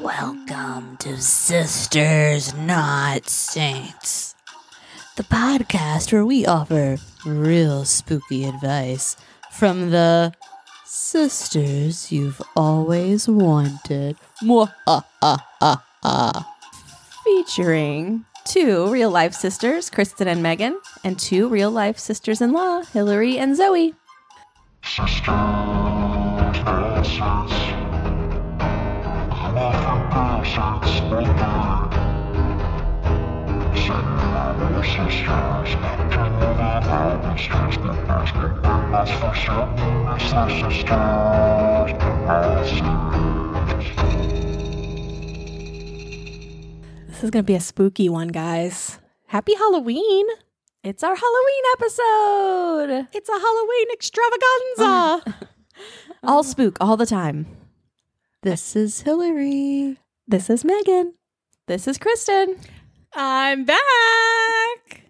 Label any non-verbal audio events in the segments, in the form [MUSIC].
Welcome to Sisters Not Saints, the podcast where we offer real spooky advice from the sisters you've always wanted. Mwahahaha. featuring two real life sisters, Kristen and Megan, and two real life sisters in law, Hillary and Zoe. Sister, presence. Call for presence, speaker. Send your sisters to the sisters, because the goodness for certain is the sisters, presence. This is going to be a spooky one, guys. Happy Halloween! It's our Halloween episode. It's a Halloween extravaganza. [LAUGHS] all spook all the time. This is Hillary. This is Megan. This is Kristen. I'm back.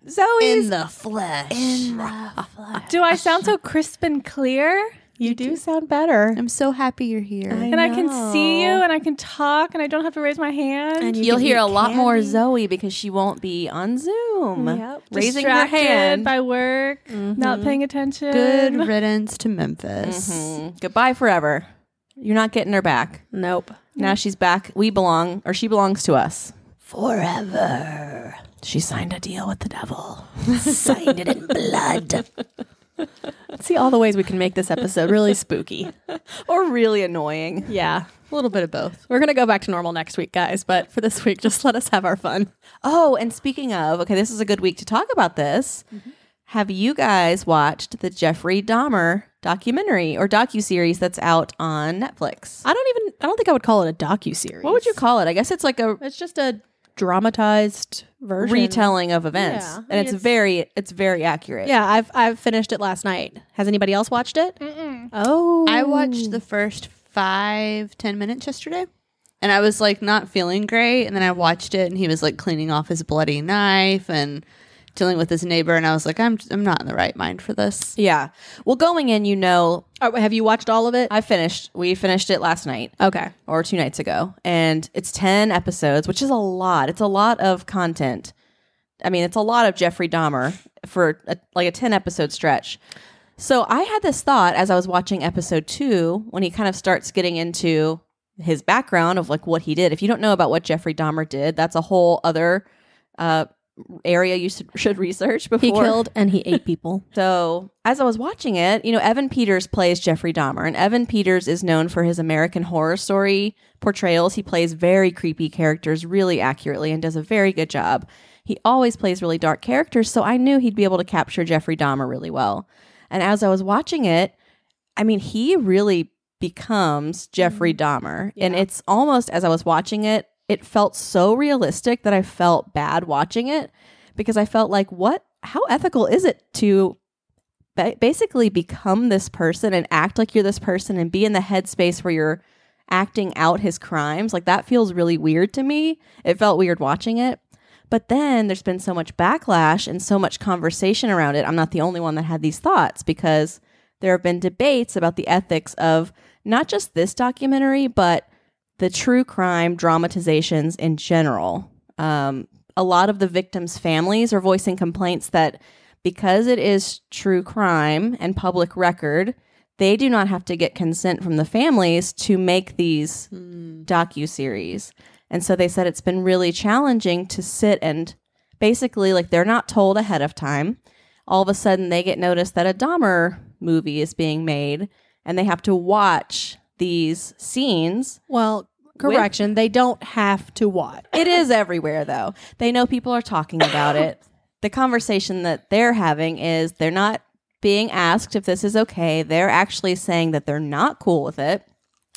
Zoe's the flesh. the flesh. Do I sound so crisp and clear? You do sound better. I'm so happy you're here. I- And I can see you know. and I can talk and I don't have to raise my hand. And you you'll can hear eat a lot more candy. Zoe because she won't be on Zoom. Yep. Raising your Distracted hand. by work, not Mhm. paying attention. [LAUGHS] Good riddance to Memphis. Mhm. Goodbye forever. You're not getting her back. Nope. Now she's back. We belong, or she belongs to us. Forever. She signed a deal with the [LAUGHS] devil. Signed it in blood. See all the ways we can make this episode really spooky. [LAUGHS] Or really annoying. Yeah. A little bit of both. We're going to go back to normal next week, guys, but for this week, just let us have our fun. Oh, and speaking of, okay, this is a good week to talk about this. Mm-hmm. Have you guys watched the Jeffrey Dahmer documentary or docuseries that's out on Netflix? I don't even, I don't think I would call it a docu series. What would you call it? I guess it's like a It's just a dramatized version. retelling of events. Yeah, I mean, and it's, it's- very it's very accurate. Yeah, I've I've finished it last night. Has anybody else watched it? Oh, I watched the first five, ten minutes yesterday. And I was like not feeling great. And then I watched it and he was like cleaning off his bloody knife and dealing with his neighbor. And I was like, I'm I'm not in the right mind for this. Yeah. Well, going in, you know, Oh, have you watched all of it? I finished. We finished it last night. uh, okay. or two nights ago, and it's 10 episodes, which is a lot. It's a lot of content. I mean, it's a lot of Jeffrey Dahmer for a, like a 10 episode stretch. So I had this thought as I was watching episode two when he kind of starts getting into his background of like what he did. If you don't know about what Jeffrey Dahmer did, that's a whole other uh, area you should, should research before. He killed and he ate people. So, as I was watching it, you know, Evan Peters plays Jeffrey Dahmer, and Evan Peters is known for his American Horror Story portrayals. He plays very creepy characters really accurately and does a very good job. He always plays really dark characters, so I knew he'd be able to capture Jeffrey Dahmer really well. And as I was watching it, I mean, he really becomes Jeffrey Dahmer. And Yeah. it's almost as I was watching it, it felt so realistic that I felt bad watching it because I felt like, what? How ethical is it to ba- basically become this person and act like you're this person and be in the headspace where you're acting out his crimes? Like, that feels really weird to me. It felt weird watching it. But then there's been so much backlash and so much conversation around it. I'm not the only one that had these thoughts because there have been debates about the ethics of not just this documentary, but the true crime dramatizations in general. Um, a lot of the victims' families are voicing complaints that because it is true crime and public record, they do not have to get consent from the families to make these docu-series and so they said it's been really challenging to sit and basically like they're not told ahead of time all of a sudden they get notice that a dahmer movie is being made and they have to watch these scenes Well, correction. they don't have to watch. it is everywhere though they know people are talking about it the conversation that they're having is they're not being asked if this is okay they're actually saying that they're not cool with it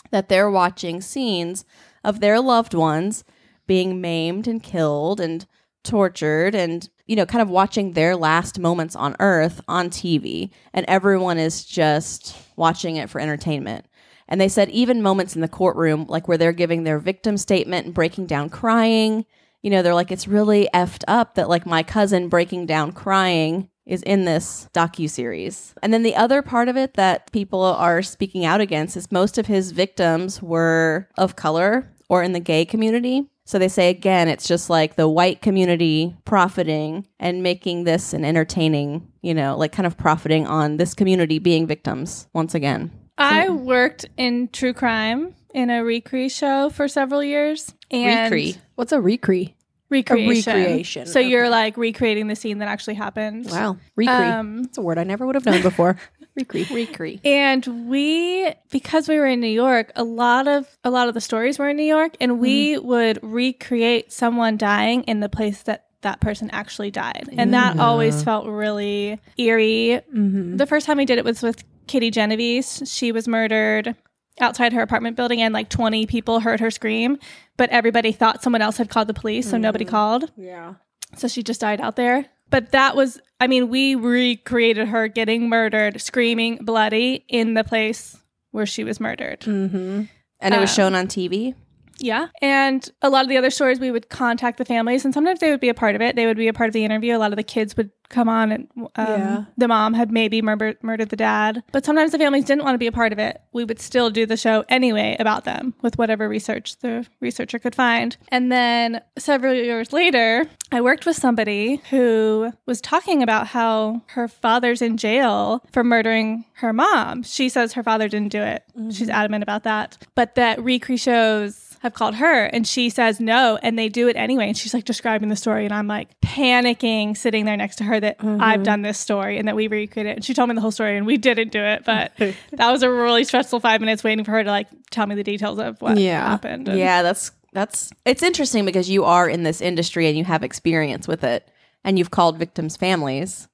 that they're watching scenes of their loved ones being maimed and killed and tortured and you know kind of watching their last moments on earth on TV and everyone is just watching it for entertainment and they said even moments in the courtroom like where they're giving their victim statement and breaking down crying you know they're like it's really effed up that like my cousin breaking down crying is in this docu-series and then the other part of it that people are speaking out against is most of his victims were of color or in the gay community. So they say again, it's just like the white community profiting and making this and entertaining, you know, like kind of profiting on this community being victims once again. I worked in true crime in a recre show for several years. And Recre. What's a recre? Recreation. A recreation, So you're like recreating the scene that actually happened. Wow, recre. Um, It's a word I never would have known [LAUGHS] before. recre. Recre. and we because we were in New York, a lot of a lot of the stories were in New York and we Mm-hmm. would recreate someone dying in the place that that person actually died. Mm. And that always felt really eerie. Mm-hmm. The first time I did it was with Kitty Genovese. She was murdered outside her apartment building and like 20 people heard her scream, but everybody thought someone else had called the police, so nobody called. Yeah. So she just died out there. But that was, I mean, we recreated her getting murdered, screaming bloody in the place where she was murdered. Mm-hmm. And it was Um, shown on TV. Yeah. And a lot of the other stories, we would contact the families, and sometimes they would be a part of it. They would be a part of the interview. A lot of the kids would come on, and um, Yeah. the mom had maybe murder- murdered the dad. But sometimes the families didn't want to be a part of it. We would still do the show anyway about them with whatever research the researcher could find. And then several years later, I worked with somebody who was talking about how her father's in jail for murdering her mom. She says her father didn't do it. She's adamant about that. But that Recre shows have called her and she says no and they do it anyway and she's like describing the story and I'm like panicking sitting there next to her that Mm-hmm. I've done this story and that we recreated it and she told me the whole story and we didn't do it [LAUGHS] but that was a really stressful five minutes waiting for her to like tell me the details of what Yeah. happened And- Yeah, that's that's it's interesting because you are in this industry and you have experience with it and you've called victims' families.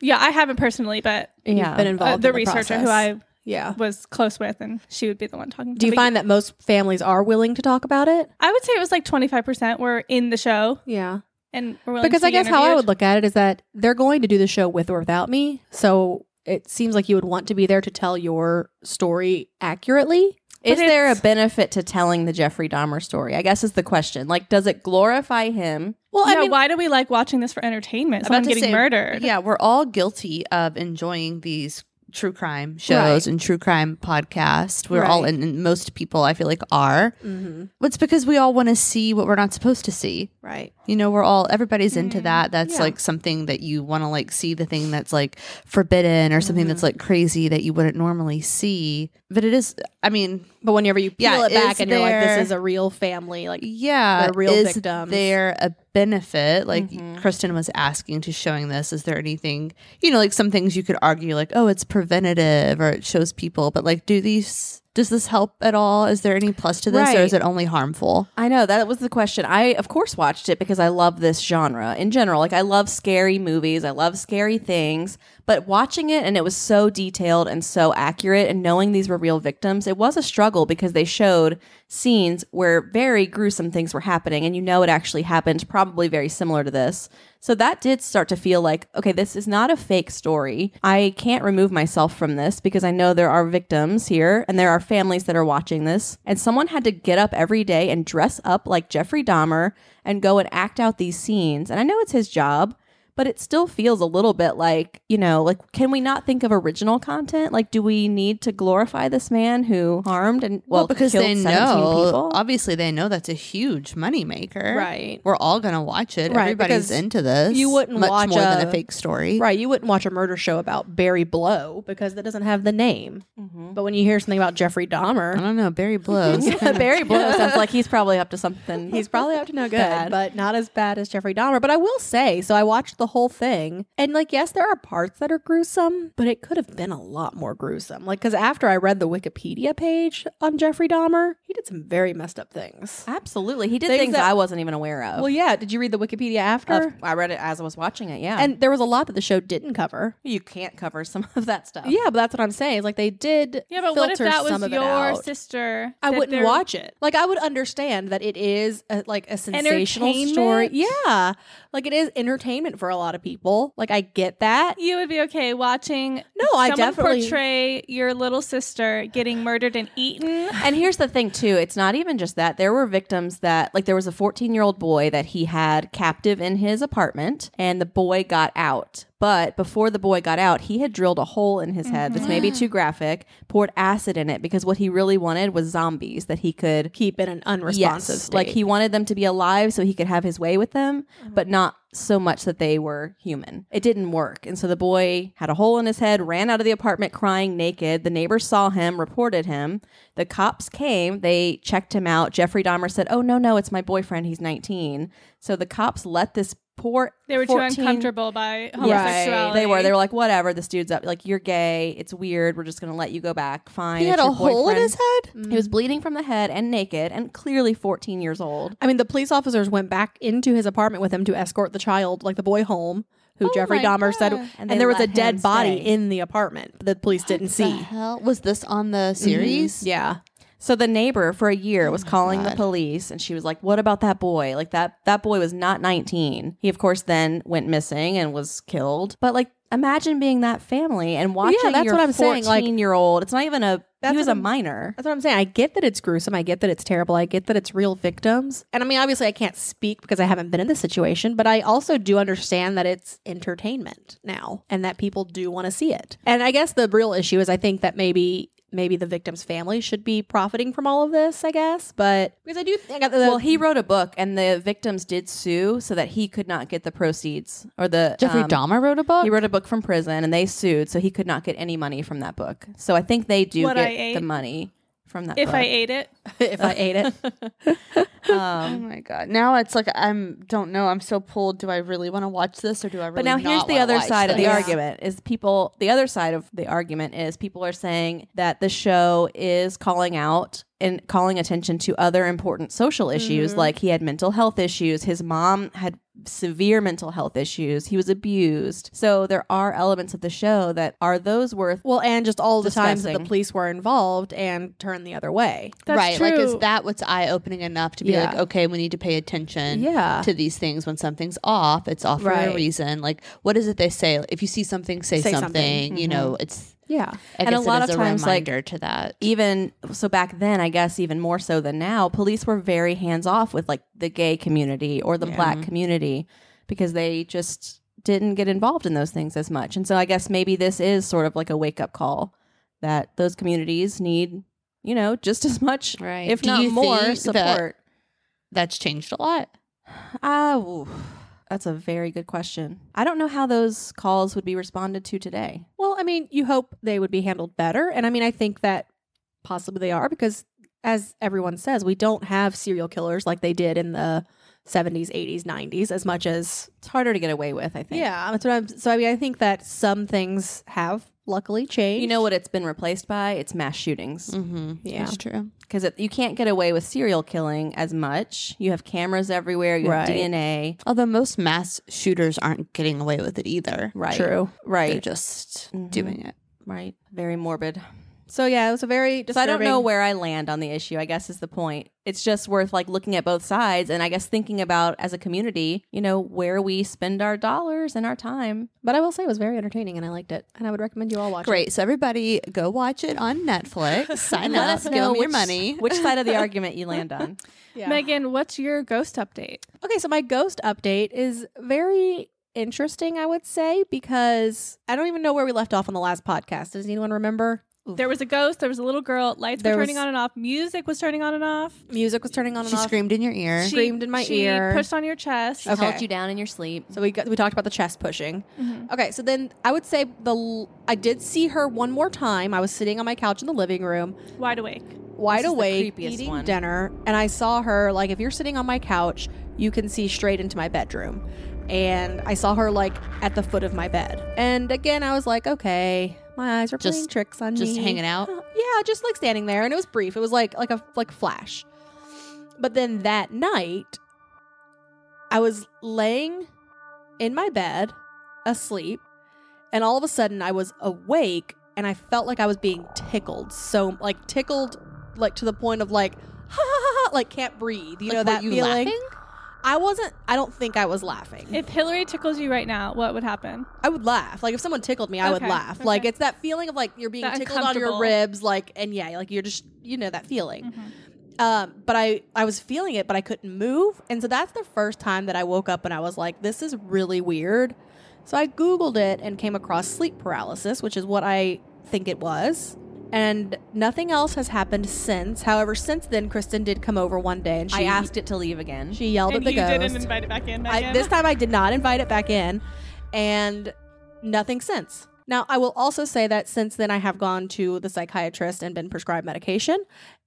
yeah I haven't personally but And Yeah. you've been uh, involved. the, in the researcher process. who I Yeah. was close with and she would be the one talking Do you But find that most families are willing to talk about it? I would say it was like 25% were in the show Yeah. and were willing Because to I be guess how I interviewed. would look at it is that they're going to do the show with or without me. So it seems like you would want to be there to tell your story accurately. Is there a it's- benefit to telling the Jeffrey Dahmer story? I guess is the question. Like, does it glorify him? well, I mean- why do we like watching this for entertainment? About Someone to getting say, murdered. Yeah, we're all guilty of enjoying these true crime Right. shows and true crime podcasts. We're all, Right. and, and most people I feel like are. It's because we all want to see what we're not supposed to see. Right. You know, we're all, everybody's into that. That's Mm-hmm. Yeah. like something that you want to like see the thing that's like forbidden or something that's Mm-hmm. like crazy that you wouldn't normally see. But it is, I mean, But whenever you peel Yeah, it back is and you're like, there- this is a real family, like yeah They're real is victims. Mm-hmm. there a benefit like kristen was asking to showing this is there anything you know like some things you could argue like oh it's preventative or it shows people but like do these does this help at all is there any plus to this or is Right. it only harmful I know that was the question. I of course watched it because I love this genre in general. Like I love scary movies, I love scary things, but watching it and it was so detailed and so accurate and knowing these were real victims, it was a struggle because they showed scenes where very gruesome things were happening and you know it actually happened probably very similar to this. So that did start to feel like, okay, this is not a fake story. I can't remove myself from this because I know there are victims here and there are families that are watching this. And someone had to get up every day and dress up like Jeffrey Dahmer and go and act out these scenes. And I know it's his job, but it still feels a little bit like, you know, like can we not think of original content? Like do we need to glorify this man who harmed and well, because killed they 17 know people? obviously they know that's a huge moneymaker Right. we're all gonna watch it Right, everybody's because into this you wouldn't much watch more than a- a fake story Right. You wouldn't watch a murder show about Barry Blow because that doesn't have the name. Mhm. But when you hear something about Jeffrey i Dahmer, don't know [LAUGHS] barry blows [LAUGHS] Barry Blow sounds like he's probably up to something. he's probably up to no good, Bad. but not as bad as Jeffrey Dahmer. But I will say, so I watched the whole thing, and like, yes, there are parts that are gruesome, but it could have been a lot more gruesome. Like, because after I read the Wikipedia page on Jeffrey Dahmer, he did some very messed up things. Absolutely. He did Things things, that- I wasn't even aware of. Well, yeah. Did you read the Wikipedia after? Of- I read it as I was watching it, yeah. And there was a lot that the show didn't cover. you can't cover some of that stuff. Yeah, but that's what I'm saying. It's like they did. Yeah, but what if filter that some was of it your out. sister? I that wouldn't they're- watch it. Like I would understand that it is a, like a sensational story. Entertainment? Yeah, like it is entertainment for a a lot of people. Like I get that. You would be okay watching No, I someone definitely portray your little sister getting murdered and eaten. And here's the thing, too. It's not even just that. There were victims that, like, there was a 14 year old boy that he had captive in his apartment, and the boy got out. But before the boy got out, he had drilled a hole in his head that's maybe too graphic, poured acid in it because what he really wanted was zombies that he could keep in an unresponsive state. Like, he wanted them to be alive so he could have his way with them, Uh-huh. but not so much that they were human. It didn't work. And so the boy had a hole in his head, ran out of the apartment crying naked. The neighbors saw him, reported him. The cops came, they checked him out. Jeffrey Dahmer said, Oh, no, no, it's my boyfriend. He's 19. So the cops let this poor. They were 14 too uncomfortable by homosexuality. Right. They were. They were like, whatever, this dude's up. Like, you're gay. It's weird. We're just going to let you go back. Fine. he had it's a your hole in boyfriend." his head. He was bleeding from the head and naked and clearly 14 years old. I mean, the police officers went back into his apartment with him to escort the child, like the boy home, who Jeffrey my Dahmer said, God. Oh and, they there was a let him dead body stay. in the apartment that the police didn't The see. hell was this on the Mm-hmm. series? Yeah. So the neighbor for a Oh year was calling the police and she was like, "What about that boy? Like that that boy was not 19." He of course then went missing and was killed. But like imagine being that family and watching that's your what I'm saying, like- 14-year-old. It's not even a That's he was what a I'm- minor. That's what I'm saying. I get that it's gruesome. I get that it's terrible. I get that it's real victims. And I mean, obviously, I can't speak because I haven't been in this situation, but I also do understand that it's entertainment now and that people do want to see it. And I guess the real issue is I think that maybe. Maybe the victim's family should be profiting from all of this, I guess. But because I do think that the, well, he wrote a book and the victims did sue so that he could not get the proceeds or the Jeffrey um, Dahmer wrote a book. He wrote a book from prison and they sued so he could not get any money from that book. So I think they do What I get Ate? the money from that If book. I ate it, [LAUGHS] if I ate it, oh um, my god! Now it's like I'm don't know. I'm so pulled. Do I really want to watch this or do I? Really But now here's not the wanna other watch side of the this? argument is people the other side of the argument is people are saying that the show is calling out and calling attention to other important social issues like he had mental health issues, his mom had severe mental health issues, he was abused. So there are elements of the show that are those worth [LAUGHS] Well, and just all the times that the Disgusting. police were involved and turned the other way. that's right? true. Like, is that what's eye opening enough to be Yeah. like, okay, we need to pay attention? Yeah. to these things when something's off it's off for Right. a reason like what is it they say if you see something say, Say something, something. you know it's Yeah. I Mm-hmm. And guess a lot it is of a times, like- e reminder to that even so back then i guess even more so than now police were very hands off with like the gay community or the black community because they just didn't get involved in those things as much and so i guess maybe this is sort of like a wake up call that those communities need you know just [LAUGHS] as much Right. if Do not you more think that- support that's changed a lot ah oof. that's a very good question i don't know how those calls would be responded to today Well, I mean, you hope they would be handled better. And I mean, I think that possibly they are because, as everyone says, we don't have serial killers like they did in the 70s, 80s, 90s as much as. it's harder to get away with i think Yeah. That's what I'm, so I mean, I think that some things have luckily changed. you know what it's been replaced by it's mass shootings mm-hmm. Yeah. that's true because you can't get away with serial killing as much. You have cameras everywhere. You Right. have DNA. although most mass shooters aren't getting away with it either Right. True. they're Right. just Mm-hmm. doing it right. Very morbid. So yeah, it was a So very I disturbing. don't know where I land on the issue. I guess is the point. It's just worth like looking at both sides and I guess thinking about as a community, you know, where we spend our dollars and our time. But I will say it was very entertaining and I liked it. And I would recommend you all watch it. great so everybody go watch it on [LAUGHS] netflix sign Let up us give know them your which- money Which side of the argument you land on? Yeah. Megan, what's your ghost update? Okay, so my ghost update is very interesting, I would say, because I don't even know where we left off on the last podcast. Does anyone remember? There was a ghost. There was a little girl. Lights There were turning was- on and off. Music was turning on and off. Music was turning on and she off. screamed in your ear She- screamed in my she ear. Oh. Pushed on your chest. Okay. Held you down in your sleep. So we got, we talked about the chest pushing. Mm-hmm. Okay, so then I would say the l- I did see her one more time. I was sitting on my couch in the living room, Wide awake. wide This is the awake, creepiest eating one. dinner, and I saw her like if you're sitting on my couch, you can see straight into my bedroom. And I saw her like at the foot of my bed. And again, I was like, okay, my eyes are Just- playing tricks on me. just hanging [LAUGHS] out Yeah, just like standing there, and it was brief. It was like like a like flash. But then that night, I was laying in my bed asleep, and all of a sudden I was awake, and I felt like I was being tickled. So like tickled, [LAUGHS] like to the point of like, ha ha ha, ha like can't breathe. You Like, know were that you feeling. laughing? I wasn't. I don't think I was laughing. If Hillary tickles you right now, what would happen? I would laugh. Like if someone tickled me, I would Okay, laugh. Like okay. it's that feeling of like you're being That tickled on your uncomfortable. ribs, like and yeah, like you're just you know that feeling. Mm-hmm. Um, but I I was feeling it, but I couldn't move, and so that's the first time that I woke up and I was like, this is really weird. So I googled it and came across sleep paralysis, which is what I think it was. And nothing else has happened since. However, since then, Kristen did come over one day and she I asked it to leave again. She yelled at and the you ghost. didn't invite it back in. I, Megan? this time I did not invite it back in, and nothing since. Now, I will also say that since then I have gone to the psychiatrist and been prescribed medication.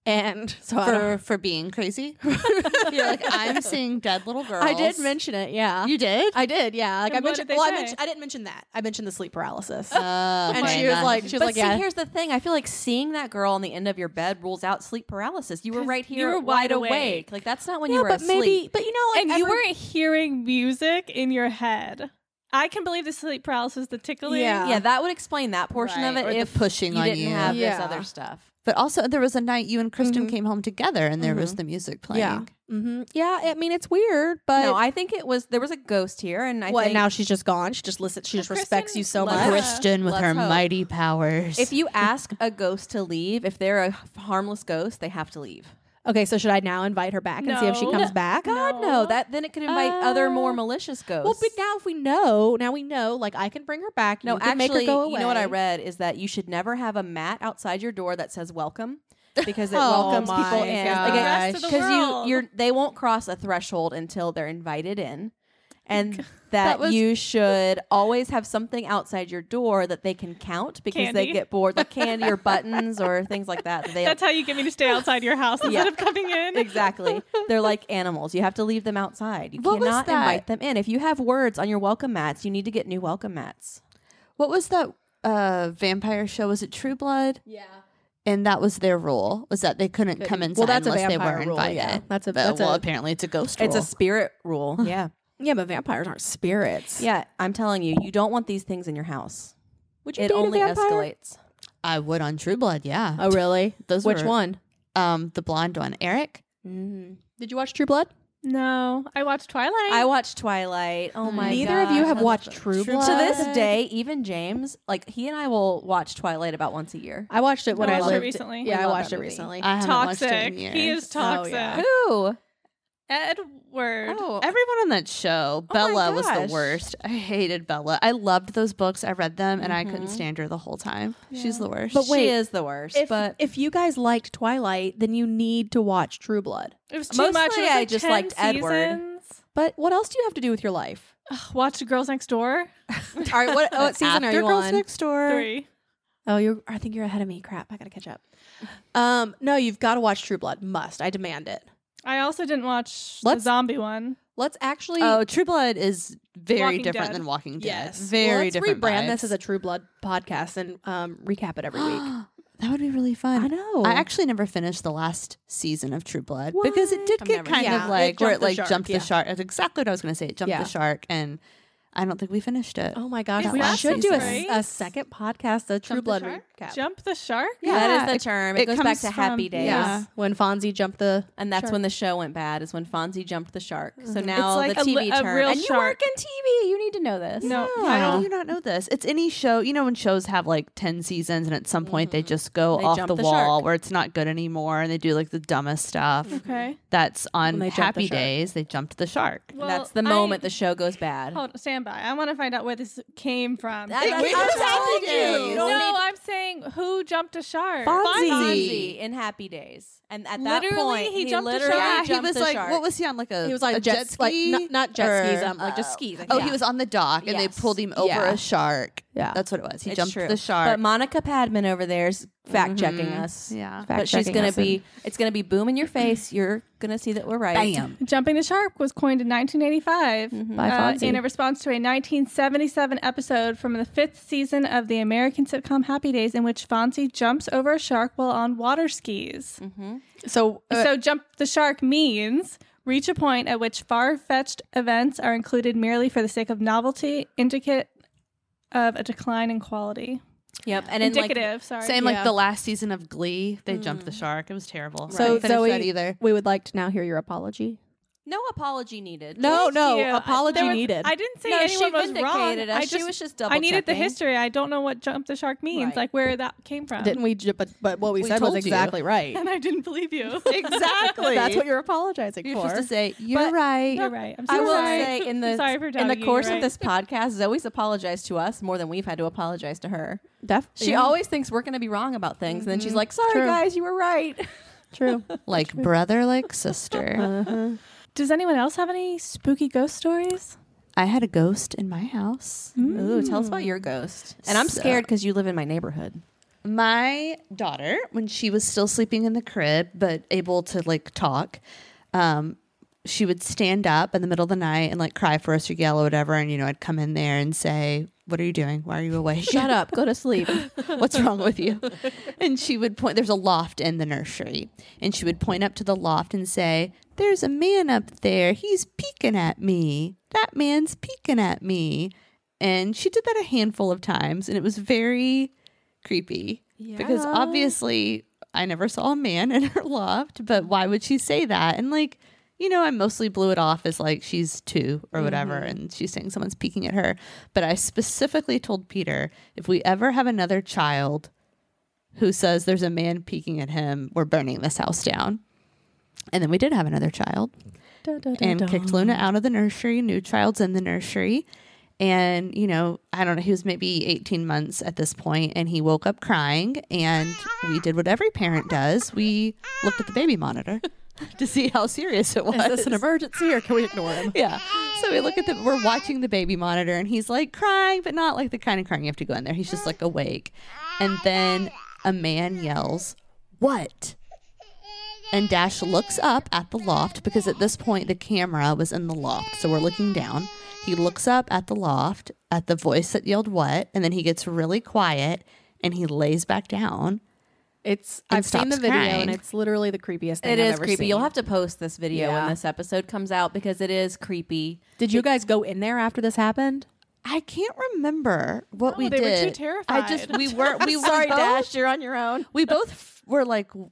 And [LAUGHS] so I, don't- for for being crazy. [LAUGHS] You're like [LAUGHS] I'm seeing dead little girls. I did mention it. Yeah. [LAUGHS] you did. I did. Yeah. Like And I what mentioned, did they well, I, say? mentioned, I didn't mention that. I mentioned the sleep paralysis. Uh, and she Miranda. was like, she was but like, see, yeah. here's the thing. I feel like seeing that girl on the end of your bed rules out sleep paralysis. You were 'Cause right you here, were wide wide awake. awake. Like that's not when yeah, you were but asleep. maybe, but you know, like and you every- weren't hearing music in your head. I can believe the sleep paralysis, the tickling. Yeah. yeah, that would explain that portion Right, of it. or the if pushing you on didn't you. have this Yeah. other stuff. But also, there was a night you and Kristen came home together, and there was the music playing. yeah. hmm Yeah. I mean, it's weird, but no, I think it was there was a ghost here, and I what, think now she's just gone. She just listens. She just Kristen respects you so loves- much. Kristen with Let's her hope. mighty powers. if you ask a ghost to leave, if they're a harmless ghost, they have to leave. Okay. So should I now invite her back and see if she No. comes back? God no, Uh, that then it could invite other more malicious Well, ghosts. but now if we know, now we know. Like I can bring her back. No, you can actually, make her go away. you know what I read is that you should never have a mat outside your door that says "Welcome" because it [LAUGHS] Oh welcomes my people in. gosh. The rest of the you world. you're they won't cross a threshold until they're invited in, [LAUGHS] and that, was- you should always have something outside your door that they can count because they Candy. get bored, like candy or buttons [LAUGHS] or things like that. that they That's how you get me to stay outside your house instead of coming [LAUGHS] in. Exactly. They're like animals. You have to leave them outside. You What was cannot that? invite them in. If you have words on your welcome mats, you need to get new welcome mats. what was that uh, vampire show? Was it True Blood? Yeah. And that was their rule was that they couldn't come inside Well, that's a unless they vampire were rule, invited. yeah. That's a- But, that's well. a- apparently, it's a ghost It's rule. a spirit rule. Yeah. [LAUGHS] Yeah, but vampires aren't spirits. Yeah, I'm telling you, you don't want these things in your house. Would It only escalates. I would on True Blood. Yeah. Oh, really? Those Which were- one? Um, the blonde one, Eric. Mm-hmm. Did you watch True Blood? No, I watched Twilight. I watched Twilight. Oh my Neither gosh. of you have how watched much- True True Blood. To this day, even James, like he and I will watch Twilight about once a year. I watched it when I I, watched it lived- recently. Yeah, We I love watched that it movie. recently. I haven't watched it toxic. in years. He is toxic. yeah. Who? Edward. Oh. Everyone on that show, my oh Bella was the gosh. worst. I hated Bella. I loved those books. I read them, and I couldn't Mm-hmm. stand her the whole time. She's the worst. But she is the worst. [LAUGHS] if, but if you guys liked Twilight, then you need to watch True Blood. It was too much. Mostly It was I like just 10 liked Edward. seasons. But what else do you have to do with your life? Ugh, Watched Girls Next Door. All right, [LAUGHS] what, what season are After you Girls on? Next Door. Three. Oh, you're. I think you're ahead of me. Crap, I gotta catch up. Um, no, you've got to watch True Blood. Must I demand it? I also didn't watch the Let's- zombie one. Let's actually. Oh, True Blood is very Walking different Dead. than Walking Dead. Yes, very well, let's different. Rebrand vibes. this as a True Blood podcast and um, recap it every [GASPS] week. that would be really fun. I know. I actually never finished the last season of True Blood because it did I've get never- kind yeah, of it like where jumped it the like shark, jumped yeah. the shark. That's exactly what I was going to say. It jumped Yeah. the shark, and I don't think we finished it. Oh my gosh, Is we that should do a, right? a second podcast, a True Jump the Blood shark? recap. Jump the shark. yeah, that yeah, is the term. It, it goes comes back to happy from- days. Yeah. When Fonzie jumped the And that's when the show went bad, is when Fonzie jumped the shark. So now like the a TV li- a term. real and you work shark. in TV. You need to know this. No, How do I Oh. don't. you not know this? It's any show. You know when shows have like ten seasons, and at some point Mm-hmm. they just go They off jump the, the wall shark. where it's not good anymore, and they do like the dumbest stuff. Okay. That's on Mm-hmm. When they jump the Happy shark. Days. They jumped the shark. Well, that's the I- Oh, moment the show goes bad. Hold, stand by. I want to find out where this came from. That- that's we what I'm were telling you. telling you. You no, don't need- I'm saying who jumped a shark. Fonzie. Fonzie in Happy Days, and at that Literally, point, he jumped the literally shark. Yeah, he jumped was the like, shark. what was he on? Like a He was on a jet, jet ski, ski, not, not jet skis, Or- um, like just skis. I Oh, think. he was on the dock, and Yes. they pulled him over Yeah. a shark. Yeah. that's what it was. He It's jumped true. the shark. But Monica Padman over there's Mm-hmm. fact checking us. yeah, but she's Fact-checking gonna us and- be it's gonna be boom in your [CLEARS THROAT] face. You're gonna see that we're right. Jumping the Shark was coined in 1985 By uh, Mm-hmm. Fonzie. in a response to a 1977 episode from the fifth season of the American sitcom Happy Days, in which Fonzie jumps over a shark while on water skis. So, uh, So, jump the shark means reach a point at which far fetched events are included merely for the sake of novelty, indicate of a decline in quality. Yep. And in like Indicative, sorry. Same Yeah. Mm. like the last season of Glee, they jumped the shark. It was terrible. so I didn't finish Zoe, that either. we would like to now hear your apology. No apology needed. No, Thank no, you. I- apology there was- needed. I didn't say No, she anyone was wrong. vindicated us. I She just, was just I needed the double-checking. history. [LAUGHS] I don't know what jump the shark means, Right. like where that came [LAUGHS] from. Didn't we? ju- But but what we, We said was told you. exactly right. and [LAUGHS] I didn't [LAUGHS] believe you. [LAUGHS] Exactly. That's what you're apologizing you're for. supposed to say. You're right. You're right. I'm so I will sorry. say in the sorry for in the doubting you, course you're of this podcast, Zoe's apologized to us more than we've had to apologize to her. Def- She yeah, always thinks we're going to be wrong about things, and then she's like, "Sorry, True. guys, you were right." true. Like brother, like sister. [LAUGHS] [LAUGHS] Does anyone else have any spooky ghost stories? I had a ghost in my house. Ooh, tell us about your ghost. And I'm So- scared because you live in my neighborhood. my daughter when she was still sleeping in the crib but able to like talk um she would stand up in the middle of the night and like cry for us or yell or whatever and you know i'd come in there and say what are you doing why are you [LAUGHS] awake Shut up, go to sleep. what's wrong with you [LAUGHS] and she would point there's a loft in the nursery and she would point up to the loft and say there's a man up there he's peeking at me that man's peeking at me and she did that a handful of times and it was very creepy because Yeah. obviously i never saw a man in her [LAUGHS] loft but why would she say that and like you know, I mostly blew it off as like she's two or whatever, and she's saying someone's peeking at her. But I specifically told Peter if we ever have another child who says there's a man peeking at him, we're burning this house down. And then we did have another child and kicked Luna out of the nursery. New child's in the nursery. And, you know, I don't know, he was maybe 18 months at this point, and he woke up crying. And we did what every parent does we looked at the [LAUGHS] baby monitor to see how serious it was. Is this an emergency or can we ignore him? Yeah. So we look at the we're watching the baby monitor and he's like crying, but not like the kind of crying you have to go in there. He's just like awake. And then a man yells, "What?" And Dash looks up at the loft because at this point the camera was in the loft. So we're looking down. He looks up at the loft at the voice that yelled what, and then he gets really quiet and he lays back down. It's And I've seen the stops video crying. and it's literally the creepiest thing. [LAUGHS] It I've is ever creepy. Seen. You'll have to post this video Yeah. when this episode comes out because it is creepy. Did you guys go in there after this happened? I can't remember what we Oh, they were did. too I terrified. just [LAUGHS] we were we were Oh. both- you're on your own. we both f- were like w-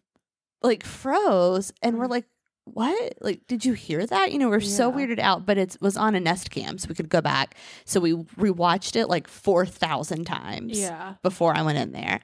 like froze and we're like what like did you hear that you know we're so weirded out but it was on a nest cam so we could go back so we rewatched it like 4000 times Yeah. before i went in there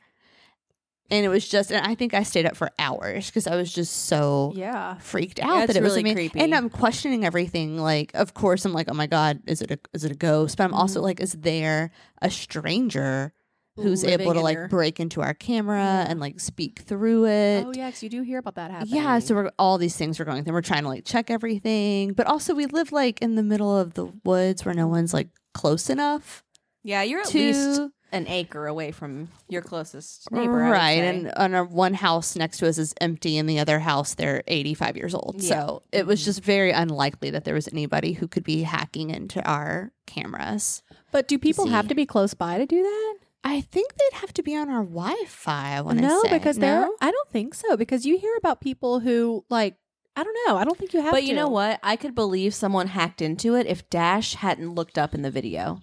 and it was just and i think i stayed up for hours because i was just so Yeah. freaked out Yeah, that it's it was really a man. creepy. And I'm questioning everything. Like, of course, I'm like, oh my god, is it a is it a ghost? But I'm also Mm-hmm. like, is there a stranger who's Living able to in like your- break into our camera and like speak through it? Oh yeah, 'cause you do hear about that happening. Yeah, so we're, all these things we're going through. We're trying to like check everything, but also we live like in the middle of the woods where no one's like close enough. Yeah, you're Mm-hmm. at least To- an acre away from your closest neighbor. I would right, say. and on our one house next to us is empty, and the other house they're eighty five years old. So it was just very unlikely that there was anybody who could be hacking into our cameras. But do people see. have to be close by to do that? I think they'd have to be on our Wi Fi. I want to No, say because they're. I don't think so. Because you hear about people who like. I don't know. I don't think you have. But you to. know what? I could believe someone hacked into it if Dash hadn't looked up in the video.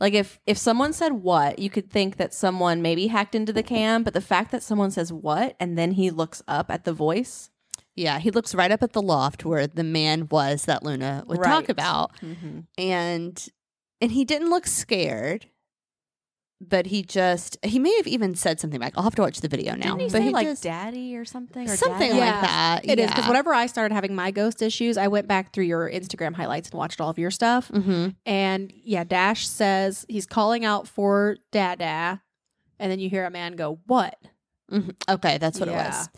Like if if someone said what, you could think that someone maybe hacked into the cam, but the fact that someone says what and then he looks up at the voice. yeah. He looks right up at the loft where the man was that Luna would talk Right. about, and and he didn't look scared. But he just, he may have even said something back. I'll have to watch the video now. Didn't he but say he like just- daddy or something or something daddy? like Yeah. that. It is because yeah. whenever I started having my ghost issues, I went back through your Instagram highlights and watched all of your stuff. Mhm. And yeah, Dash says he's calling out for Dada, and then you hear a man go, "What?" Mhm. Okay, that's what it Yeah. was.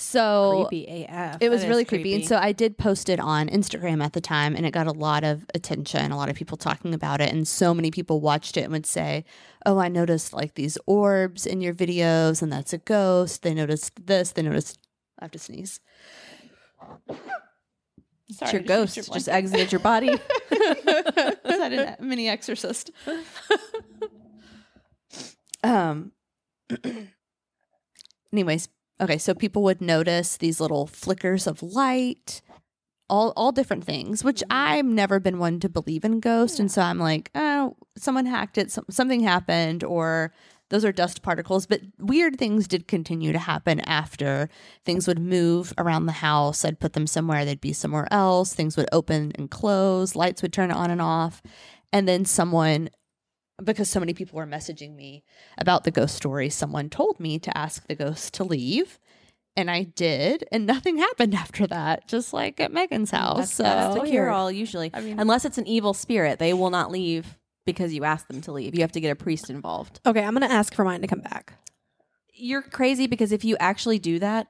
So creepy AF. it was That is really creepy. And creepy. so I did post it on Instagram at the time and it got a lot of attention, a lot of people talking about it. And so many people watched it and would say, Oh, I noticed like these orbs in your videos and that's a ghost. They noticed this, they noticed I have to sneeze. It's your ghost just exited your [LAUGHS] body. [LAUGHS] Is that a mini exorcist? um. [CLEARS THROAT] anyways, okay. So people would notice these little flickers of light, all all different things. Which I've never been one to believe in ghosts, and so I'm like, oh, someone hacked it. Some, something happened, or Those are dust particles, but weird things did continue to happen after. Things would move around the house. I'd put them somewhere, they'd be somewhere else. Things would open and close, lights would turn on and off. And then someone, because so many people were messaging me about the ghost story, someone told me to ask the ghost to leave. And I did, and nothing [LAUGHS] happened after that, just like at Mm, Megan's house. so That's the weird. cure all usually. I mean- Unless it's an evil spirit, they will not leave because you ask them to leave. You have to get a priest involved. Okay, I'm going to ask for mine to come back. You're crazy because if you actually do that,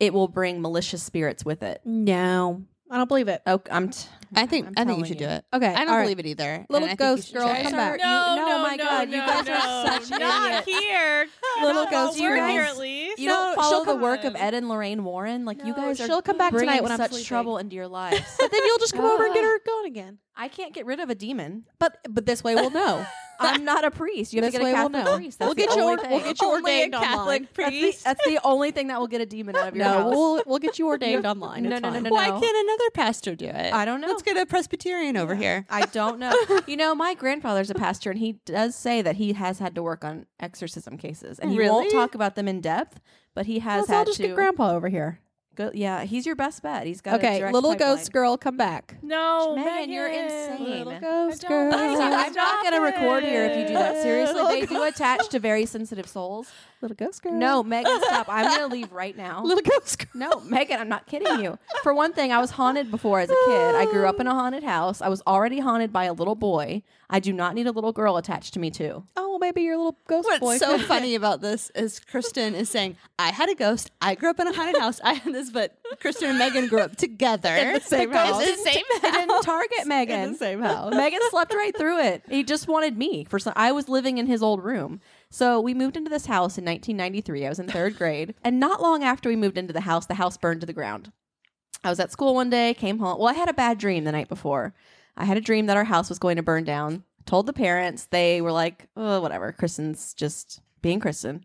it will bring malicious spirits with it. No, I don't believe it. Oh, I'm. T- I think I'm I think you telling should you. do it. Okay, I don't all right. believe it either. Little and I think ghost you should girl, try it. come back. No, You- no, oh no, my no, God, you no, guys no. are such not idiots. here. Little Not ghost while we're girls. here at least. you don't No, she'll follow the come- work of Ed and Lorraine Warren. Like you No, guys are. she'll come back bringing tonight when I'm such sleeping. trouble into your [LAUGHS] lives. But then you'll just come over [LAUGHS] and get her going again. I can't get rid of a demon. But but this way we'll know. I'm not a priest. You have This to get way a we'll Catholic know. priest. We'll That's the get you only or- thing. we'll get you Only a ordained Catholic online. That's the, that's the only thing that will get a demon [LAUGHS] out of your no, house. we'll we'll get you ordained online. No, It's no, no, fine. no, no. Why can't another pastor do it? I don't know. Let's get a Presbyterian over here. I don't know. you know, my grandfather's a pastor, and he does say that he has had to work on exorcism cases, and he Really? won't talk about them in depth. But he has Let's had all just to. get grandpa over here. go, yeah, he's your best bet. He's got A Okay, direct little pipeline. ghost girl, come back. No, Megan, Oh, you're Megan. insane. Ghost I girl. don't Thank you. I'm Stop not going to record here if you do that. it. Seriously, they do attach to very sensitive souls. Little ghost girl. No, Megan, stop. I'm going to leave right now. Little ghost girl. No, Megan, I'm not kidding you. For one thing, I was haunted before as a kid. I grew up in a haunted house. I was already haunted by a little boy. I do not need a little girl attached to me, too. Oh, maybe your little ghost What's boy. so [LAUGHS] funny about this is Kristen is saying, I had a ghost. I grew up in a haunted house. I had this, but Kristen and Megan grew up together. In the same house. In the same It didn't target Megan. in [LAUGHS] the same house. Megan slept right through it. He just wanted me for some. I was living in his old room. So we moved into this house in 1993. I was in third grade, and not long after we moved into the house, the house burned to the ground. I was at school one day, came home. Well, I had a bad dream the night before. I had a dream that our house was going to burn down. Told the parents. They were like, "Oh, whatever. Kristen's just being Kristen."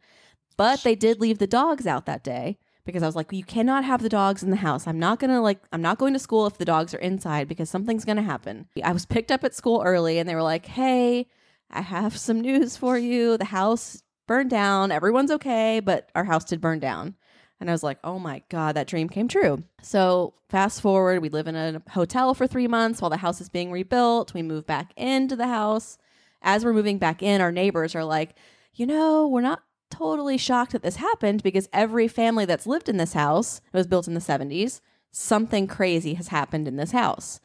But they did leave the dogs out that day because I was like, you cannot have the dogs in the house. I'm not gonna like, I'm not going to school if the dogs are inside because something's gonna happen. I was picked up at school early and they were like, hey, I have some news for you. The house burned down. Everyone's okay, but our house did burn down. And I was like, oh my God, that dream came true. So, fast forward, we live in a hotel for three months while the house is being rebuilt. We move back into the house. As we're moving back in, our neighbors are like, you know, we're not totally shocked that this happened because every family that's lived in this house, it was built in the 70s, something crazy has happened in this house.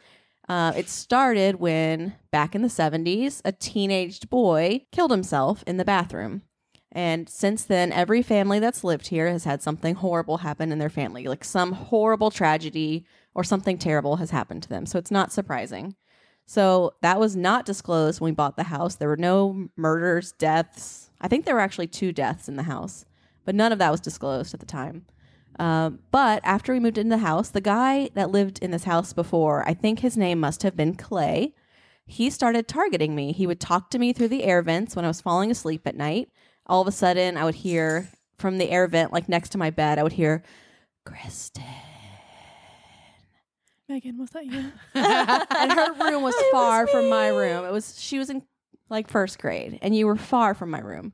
Uh, it started when, back in the 70s, a teenaged boy killed himself in the bathroom. And since then, every family that's lived here has had something horrible happen in their family, like some horrible tragedy or something terrible has happened to them. So it's not surprising. So that was not disclosed when we bought the house. There were no murders, deaths. I think there were actually two deaths in the house, but none of that was disclosed at the time. Um, but after we moved into the house, the guy that lived in this house before, I think his name must have been Clay, he started targeting me. He would talk to me through the air vents when I was falling asleep at night. All of a sudden, I would hear from the air vent, like next to my bed, I would hear, Kristen. [LAUGHS] Megan, was that you? and her room was far from my room. It was she was in like first grade, and you were far from my room.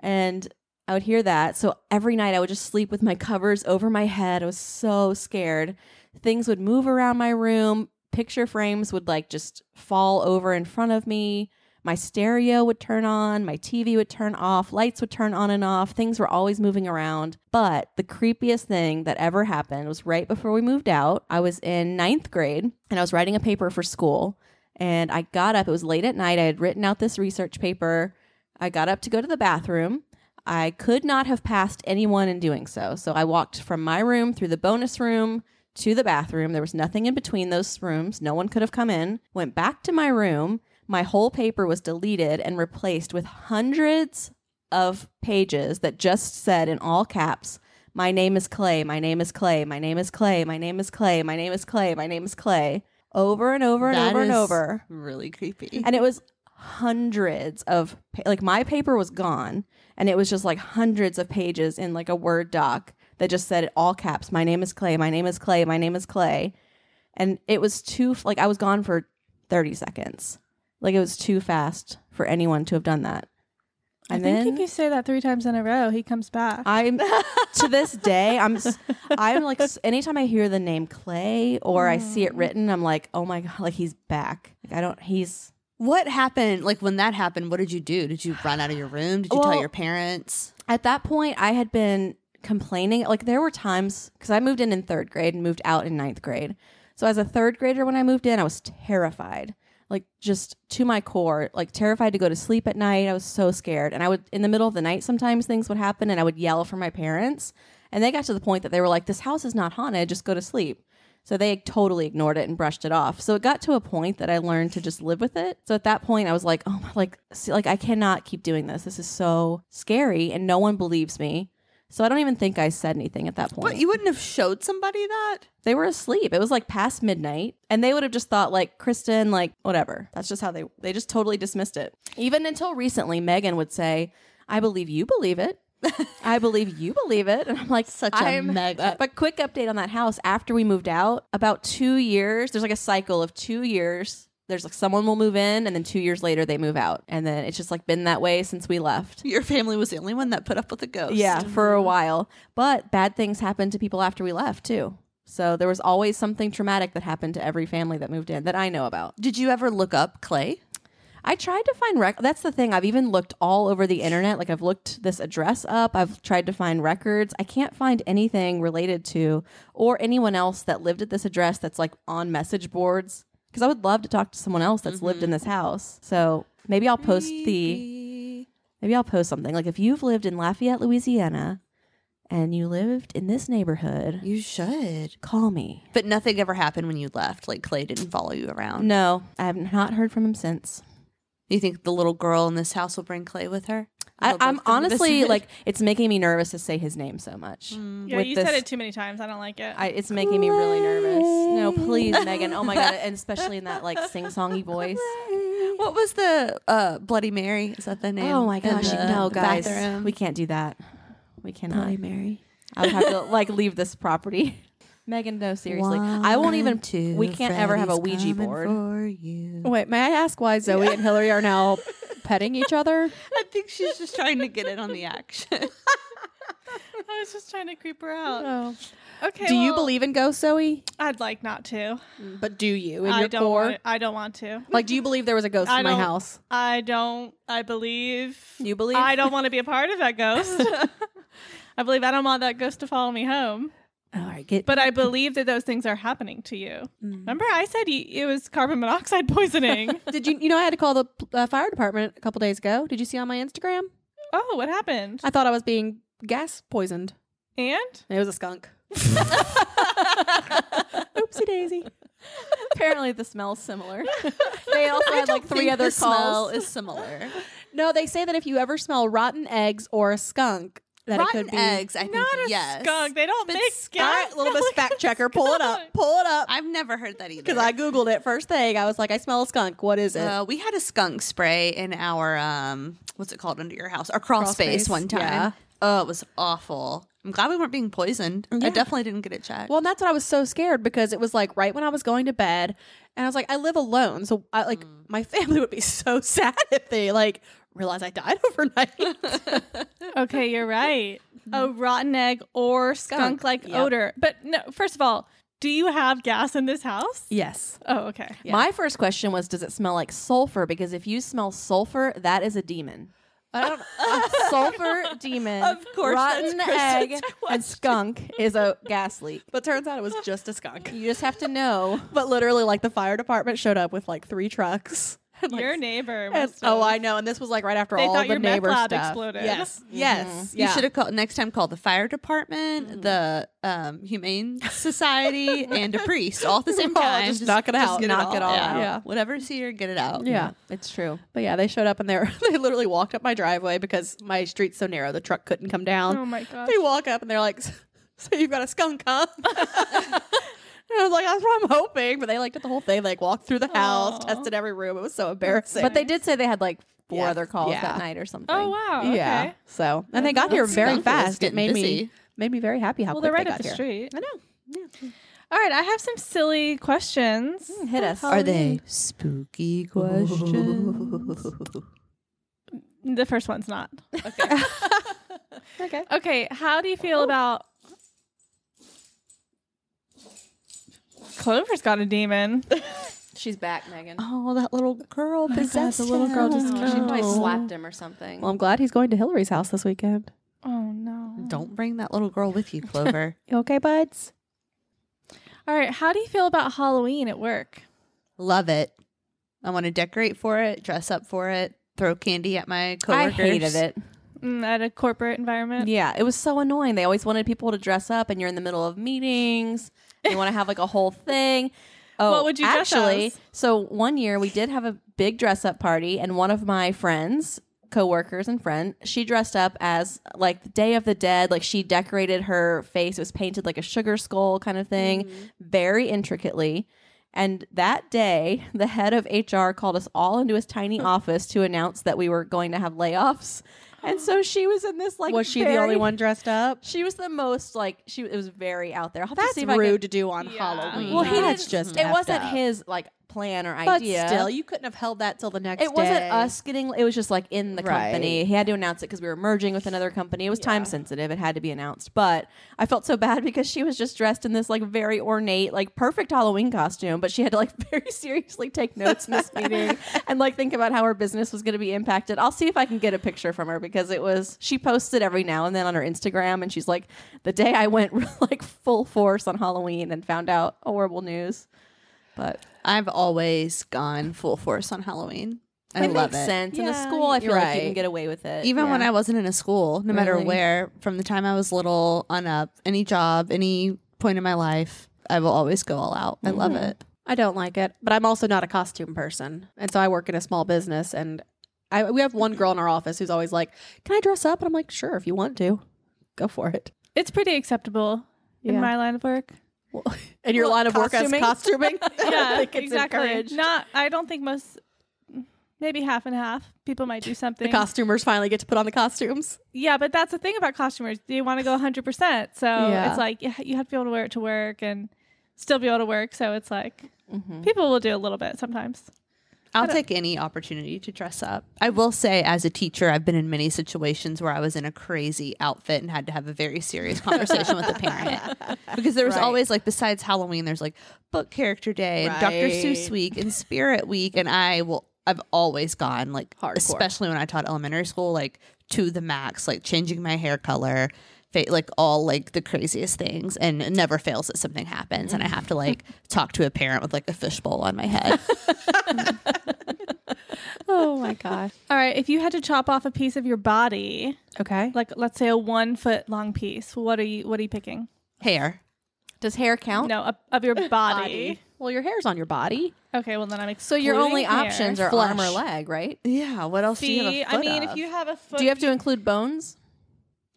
And I would hear that. So every night I would just sleep with my covers over my head. I was so scared. Things would move around my room. Picture frames would like just fall over in front of me. My stereo would turn on, my TV would turn off, lights would turn on and off. Things were always moving around. But the creepiest thing that ever happened was right before we moved out. I was in ninth grade and I was writing a paper for school. And I got up, it was late at night. I had written out this research paper. I got up to go to the bathroom. I could not have passed anyone in doing so. So I walked from my room through the bonus room to the bathroom. There was nothing in between those rooms. No one could have come in. Went back to my room. My whole paper was deleted and replaced with hundreds of pages that just said in all caps, my name is Clay, my name is Clay, my name is Clay, my name is Clay, my name is Clay, my name is Clay, over and over and That over and is over Really creepy. and it was hundreds of pa- like my paper was gone and it was just like hundreds of pages in like a word doc that just said it all caps my name is clay my name is clay my name is clay and it was too like i was gone for 30 seconds like it was too fast for anyone to have done that And I think then if you say that three times in a row, he comes back. [LAUGHS] I'm to this day I'm s- I'm like s- anytime I hear the name Clay or I see Mm. it written I'm like oh my god like he's back like I don't he's What happened? Like when that happened, what did you do? Did you run out of your room? Did you Well- tell your parents? at that point I had been complaining like there were times because I moved in in third grade and moved out in ninth grade so as a third grader when I moved in I was terrified like just to my core like terrified to go to sleep at night I was so scared and I would in the middle of the night sometimes things would happen and I would yell for my parents and they got to the point that they were like this house is not haunted just go to sleep So they totally ignored it and brushed it off. So it got to a point that I learned to just live with it. So at that point, I was like, oh my, like, see, like I cannot keep doing this. This is so scary, and no one believes me. So I don't even think I said anything at that point. What you wouldn't have showed somebody that? they were asleep. It was like past midnight, and they would have just thought like Kristen, like whatever. That's just how they they just totally dismissed it. Even until recently, Megan would say, "I believe you believe it." I believe you believe it. And I'm like, Such a I'm, Megan. [LAUGHS] But quick update on that house. After we moved out, about two years, there's like a cycle of two years. There's like someone will move in, and then two years later they move out, and then it's just like been that way since we left. Your family was the only one that put up with the ghost. Yeah, for a while. But bad things happened to people after we left too. So there was always something traumatic that happened to every family that moved in that I know about. Did you ever look up Clay? I tried to find rec. That's the thing. I've even looked all over the internet. Like I've looked this address up. I've tried to find records. I can't find anything related to or anyone else that lived at this address that's like on message boards. Because I would love to talk to someone else that's lived in this house. So maybe I'll post the maybe I'll post something. Like if you've lived in Lafayette, Louisiana, and you lived in this neighborhood, You should. call me. But nothing ever happened when you left. Like Clay didn't follow you around. No, I have not heard from him since. You think the little girl in this house will bring Clay with her? I, They'll both [LAUGHS] I'm come to visit? honestly [LAUGHS] like it's making me nervous to say his name so much. yeah, with you this- said it too many times. I don't like it. I, it's making me really nervous. No, please, [LAUGHS] Megan. Oh my god, and especially in that like sing-songy voice. What was the uh, Bloody Mary? Is that the name? Oh my in gosh, the no, guys, bathroom? we can't do that. We cannot. Mary. I would have to like leave this property. [LAUGHS] Megan, no, seriously, I won't even. Two, we can't ever have a Freddy's Ouija coming board. For you. Wait, may I ask why Zoe and Hillary are now petting each other? I think she's just trying to get in on the action. [LAUGHS] I was just trying to creep her out. Oh. Okay. do you well, believe in ghosts, Zoe? I'd like not to. But do you in I your don't. core? Want, I don't want to. Like, do you believe there was a ghost I in my don't- house? I don't. I believe. You believe? I don't want to be a part of that ghost. I believe I don't want that ghost to follow me home. All right, get. But I believe that those things are happening to you. Remember, I said y- it was carbon monoxide poisoning. [LAUGHS] Did you? You know, I had to call the uh, fire department a couple days ago. Did you see on my Instagram? oh, what happened? I thought I was being gas poisoned. And It was a [LAUGHS] skunk. Oopsie daisy. apparently, the smell's similar. they [LAUGHS] also had like three other the smell calls. is similar. No, they say that if you ever smell rotten eggs or a skunk, that it Rotten could be eggs, I think. not a yes. skunk. They don't make All skunk. [LAUGHS] right, little miss fact checker, pull it up, pull it [LAUGHS] up. I've never heard that either. Because I googled it first thing, I was like, I smell a skunk. What is it? Uh, we had a skunk spray in our um, what's it called under your house? Our crawl, Crawl space, space, one time. yeah. Oh, it was awful. I'm glad we weren't being poisoned. I definitely didn't get it checked. Well, and that's what I was so scared because it was like right when I was going to bed, and I was like, I live alone, so I like my [LAUGHS] family would be so sad if they like realize I died [LAUGHS] overnight. [LAUGHS] Okay, you're right. A rotten egg or skunk like Yep. odor. But no, first of all, do you have gas in this house? yes, Oh, okay. My first question was, does it smell like sulfur? Because if you smell sulfur, that is a demon. I don't. sulfur demon, Of course, rotten that's egg, Kristen's and skunk is a gas [LAUGHS] leak. But turns out it was just a skunk. You just have to know. But literally, like the fire department showed up with like three trucks. [LAUGHS] And, like, Your neighbor. and- [LAUGHS] must oh, have- I know. And this was like right after They all thought the your meth neighbor lab stuff. exploded. [LAUGHS] Yes, yes. Mm-hmm. Mm. You should have called next time. Called the fire department, the um, humane society, and a priest all [LAUGHS] at the same We're all time. just knock it out, get knock it all out. Yeah. Whatever's here, get it out. Yeah. It's true. But yeah, they showed up and they were, [LAUGHS] they literally walked up my driveway because my street's so narrow the truck couldn't come down. Oh my [LAUGHS] gosh. They walk up and they're like, "So you've got a skunk, huh?" [LAUGHS] and I was like, "That's what I'm hoping." But they like did the whole thing. They, like walked through the house, Aw. tested every room. It was so embarrassing. But they did say they had like four Yeah. other calls Yeah. that night or something. Oh, wow. Okay. yeah. So and they got here very skunk was fast. It getting made me busy. made me very happy how Well, quick they're right they up got the here. street. I know. All right, I have some silly questions. Hit us. Are they spooky questions? The first one's not. Hmm. [LAUGHS] Okay. Okay, how do you feel about Clover's got [LAUGHS] a demon. She's back, Megan. Oh, that little girl possessed the little girl him. just- Oh, she probably no. slapped him or something. Well, I'm glad he's going to Hillary's house this weekend. Oh no. Don't bring that little girl with [LAUGHS] you, Clover. You okay, buds? All right, how do you feel about Halloween at work? Love it. I want to decorate for it, dress up for it, throw candy at my I coworkers. hated it. Mm, at a corporate environment? Yeah, it was so annoying. They always wanted people to dress up, and you're in the middle of meetings. You want to have like a whole thing. [LAUGHS] Oh, What would you dress actually? as? So one year we did have a big dress up party, and one of my friends, coworkers, and friend, she dressed up as like the Day of the Dead. Like she decorated her face; it was painted like a sugar skull kind of thing, Mm-hmm. very intricately. And that day, the head of HR called us all into his tiny [LAUGHS] office to announce that we were going to have layoffs. And so she was in this like Was she very- the only one dressed up? she was the most like she it was very out there. I'll have to That's see if I rude can, to do on Halloween. well, he That's didn't- just it effed wasn't up. his like plan or But idea. still, you couldn't have held that till the next. it wasn't day. us getting. It was just like in the Right. company. He had to announce it because we were merging with another company. It was time sensitive. It had to be announced. But I felt so bad because she was just dressed in this like very ornate, like perfect Halloween costume. But she had to like [LAUGHS] very seriously take notes in this meeting and like think about how her business was going to be impacted. I'll see if I can get a picture from her because it was she posted every now and then on her Instagram and she's like, the day I went [LAUGHS] like full force on Halloween and found out horrible news. But I've always gone full force on Halloween. I it love makes it. sense. in a Yeah, school, I feel you're like you right. can get away with it. Even when I wasn't in a school, no matter Really? where, from the time I was little on up, any job, any point in my life, I will always go all out. I Mm-hmm. love it. I don't like it, but I'm also not a costume person, and so I work in a small business. And I we have one girl in our office who's always like, "Can I dress up?" And I'm like, "Sure, if you want to, go for it." It's pretty acceptable in Yeah. my line [LAUGHS] of work. And your line of work as costuming, yeah, think it's exactly. encouraged. Not. I don't think most. Maybe half and half. People might do something. the costumers finally get to put on the costumes. yeah, but that's the thing about costumers. They want to go 100. percent So Yeah. it's like yeah, you have to be able to wear it to work and still be able to work. So it's like Mm-hmm. people will do a little bit sometimes. I'll take any opportunity to dress up. I will say, as a teacher, I've been in many situations where I was in a crazy outfit and had to have a very serious conversation with the parent because there was always like, besides Halloween, there's like book character day and Dr. Seuss week and Spirit week, and I will. I've always gone like, Hardcore. especially when I taught elementary school, like to the max, like changing my hair color, fa- like all like the craziest things, and it never fails that something happens, and I have to like talk to a parent with like a fishbowl on my head. Oh my gosh. All right, if you had to chop off a piece of your body, [LAUGHS] Okay. like let's say a one foot long piece, what are you? What are you picking? Hair. Does hair count? No, of- [LAUGHS] of your body. Well, your hair's on your body. Okay, well then I'm So your only options are Flesh. arm or leg, right? Yeah. What else do you See, have? A I foot mean, of? if you have a foot, Do you have to include bones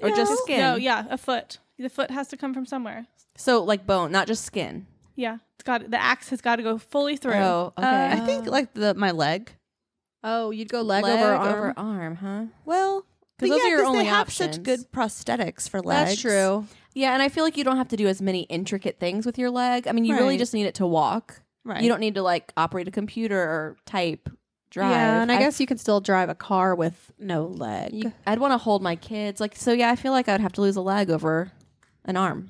or just skin? No, yeah, a foot. The foot has to come from somewhere. So like bone, not just skin. Yeah, it's got the axe has got to go fully through. Oh, okay. I think like the my leg. Oh, you'd go leg, leg over arm. over arm, huh? Well, 'Cause but those yeah, are your 'cause only they have options. such good prosthetics for That's legs. true. Yeah, and I feel like you don't have to do as many intricate things with your leg. I mean, you really Right. just need it to walk. Right. You don't need to like operate a computer or type, drive. Yeah, and I, guess you can still drive a car with no leg. you, I'd want to hold my kids. Like so, yeah, I feel like I'd have to lose a leg over an arm,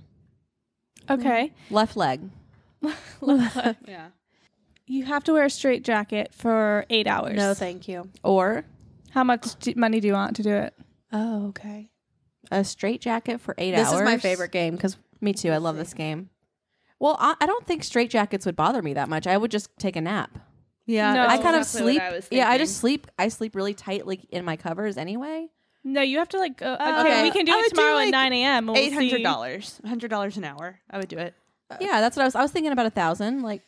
Okay, left leg. [LAUGHS] you have to wear a straight jacket for eight hours. no, thank you. Or How much do, money do you want to do it? Oh, okay. a straight jacket for eight This hours. is my favorite game because Me too. I love this game. Well, I, I don't think straight jackets would bother me that much. I would just take a nap. Yeah. No. I kind exactly of sleep. what I was yeah, I thinking. just sleep. I sleep really tight, like in my covers anyway. No, you have to like. Go, Uh, okay, Okay. we can do I it would do, tomorrow at like, nine a.m. and we'll see. Eight hundred dollars. Hundred dollars an hour. I would do it. yeah, that's what I was. I was thinking about a thousand. Like,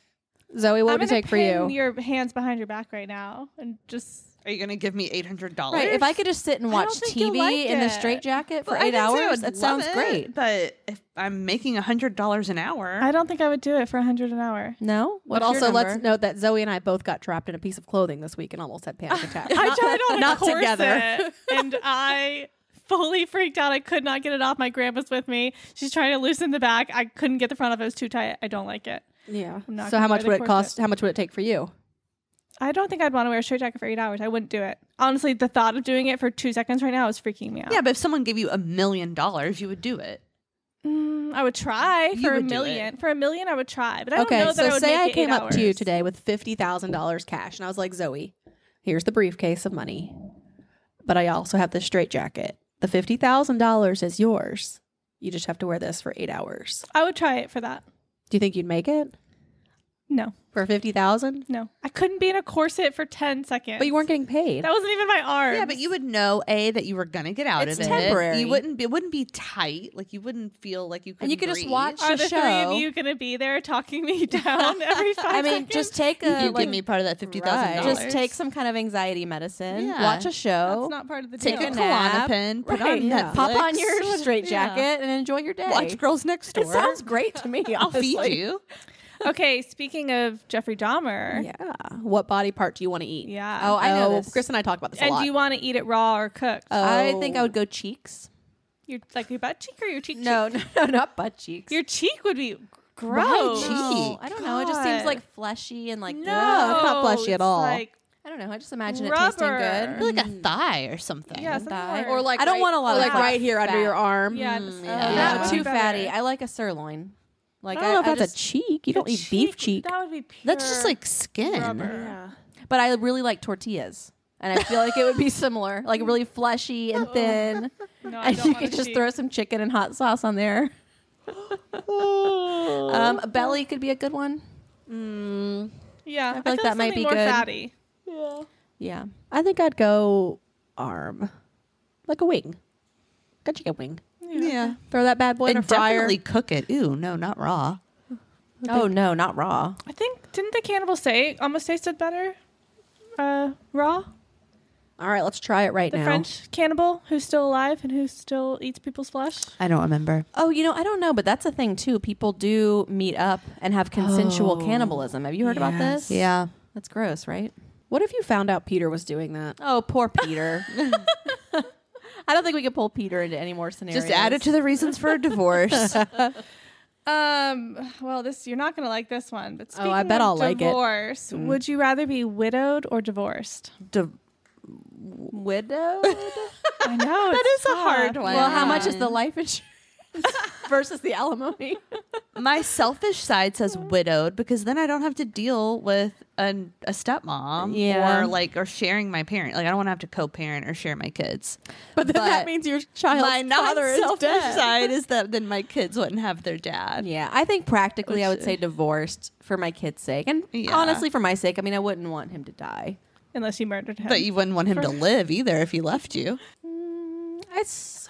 Zoe, what I'm would it gonna take for pin you? Your hands behind your back right now, and just Are you gonna give me eight hundred dollars? right, if I could just sit and I don't watch think you'll TV like in a it. straight jacket for eight hours, that sounds great. But if I'm making hundred dollars an hour, I don't think I would do it for a hundred an hour. No, What's But your also, let's number? note that Zoe and I both got trapped in a piece of clothing this week and almost had [LAUGHS] panic attacks. [LAUGHS] I tried on a not corset, together. [LAUGHS] and I fully freaked out. I could not get it off. My grandpa's with me. She's trying to loosen the back. I couldn't get the front off. It was too tight. I don't like it. yeah. not So, gonna how wear much the would it corset. cost? How much would it take for you? I don't think I'd want to wear a straight jacket for eight hours. I wouldn't do it. honestly, the thought of doing it for two seconds right now is freaking me out. Yeah, but if someone gave you a million dollars, you would do it. Mm, I would try You for a would do million. For a million, I would try, but I don't Okay, know that I so would say make I it came eight up to you hours. today with fifty thousand dollars cash, and I was like, Zoe, here's the briefcase of money, but I also have this straitjacket. The fifty thousand dollars is yours. You just have to wear this for eight hours. I would try it for that. Do you think you'd make it No, for fifty thousand? no, I couldn't be in a corset for ten seconds. But you weren't getting paid. That wasn't even my arm. Yeah, but you would know a that you were gonna get out It's of it. temporary. You wouldn't. Be, it wouldn't be tight. Like you wouldn't feel like you could. And you could just breathe. watch are the the show. three of you gonna be there talking me down every five I mean, seconds? just take a You could like, give me part of that fifty Right. thousand dollars. just take some kind of anxiety medicine. Yeah. Watch a show. That's not part of the take deal. a oh, a nap. Klonopin, put Right, on yeah. Netflix, Pop on your straight jacket Yeah. and enjoy your day. Watch Girls Next Door. it sounds great to me. [LAUGHS] I'll feed honestly. you. okay, speaking of Jeffrey Dahmer, yeah. Yeah. What body part do you want to eat? Oh, I know this. Chris and I talk about this a and lot. do you want to eat it raw or cooked? I think I would go cheeks. your like your butt cheek or your cheek? No, [LAUGHS] no, no, not butt cheeks. cheek? your cheek would be gross. cheek? No, I don't know. It just seems God. like fleshy and like No, it's not fleshy at it's all. Like, I don't know. I just imagine it tasting Rubber. good. Like a thigh or something. yeah, something thigh. more- or like mm, I don't right- want a lot or of, like like, right here under fat. your arm. yeah, just- Not would too be better. fatty. I like a sirloin. Like I don't know if I that's just- a cheek. You don't eat beef cheek. That would be pure That's just like skin. [LAUGHS] rubber. but I really like tortillas. And I feel like it would be similar, like really fleshy and thin. No, I and don't you want a could just cheek. throw some chicken and hot sauce on there. um, a belly could be a good one. Yeah, I feel like that might something be more good. fatty. Yeah. I think I'd go arm, like a wing, like a chicken wing. Yeah. Throw that bad boy in a And fryer. definitely cook it. Ooh, no, not raw. Oh no, not raw. I think didn't the cannibal say it almost tasted better uh, raw? All right, let's try it right The now. French cannibal who's still alive and who still eats people's flesh. I don't remember. Oh, you know, I don't know, but that's a thing too. People do meet up and have consensual cannibalism. Have you heard about this? Yeah. That's gross, right? What if you found out Peter was doing that? Oh, poor [LAUGHS] Peter. I don't think we could pull Peter into any more scenarios. Just add it to the reasons for a divorce. Um. Well, this you're not gonna like this one, but Oh, speaking I bet of I'll like it. Mm. divorce, would you rather be widowed or divorced? Di- widow. [LAUGHS] I know that is a hard one. Well, how much is [LAUGHS] the life insurance versus the [LAUGHS] alimony? My selfish side says widowed because then I don't have to deal with an, a stepmom Yeah. or like or sharing my parent. Like I don't want to have to co-parent or share my kids. But then that means your child's [LAUGHS] my non-selfish [LAUGHS] side is that then my kids wouldn't have their dad. Yeah, I think practically I would say divorced for my kid's sake, and Yeah. honestly for my sake. I mean, I wouldn't want him to die. Unless you murdered him. But you wouldn't want him to live either if he left you. I, s-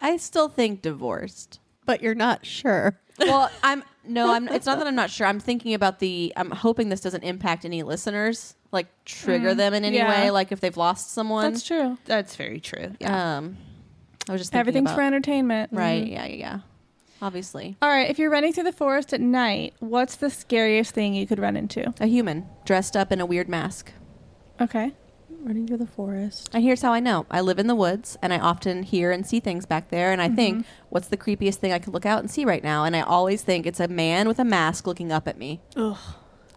I still think divorced. But you're not sure. Well, I'm no, I'm. It's not that I'm not sure. I'm thinking about the. I'm hoping this doesn't impact any listeners, like trigger them in any yeah. way, like if they've lost someone. That's true. That's very true. Yeah. Um, I was just thinking Everything's Mm-hmm. about- for entertainment, Right? Yeah, yeah, yeah. Obviously, All right. If you're running through the forest at night, what's the scariest thing you could run into? a human dressed up in a weird mask. Okay. Running through the forest. And here's how I know. I live in the woods and I often hear and see things back there. And I think, what's the creepiest thing I could look out and see right now? And I always think it's a man with a mask looking up at me.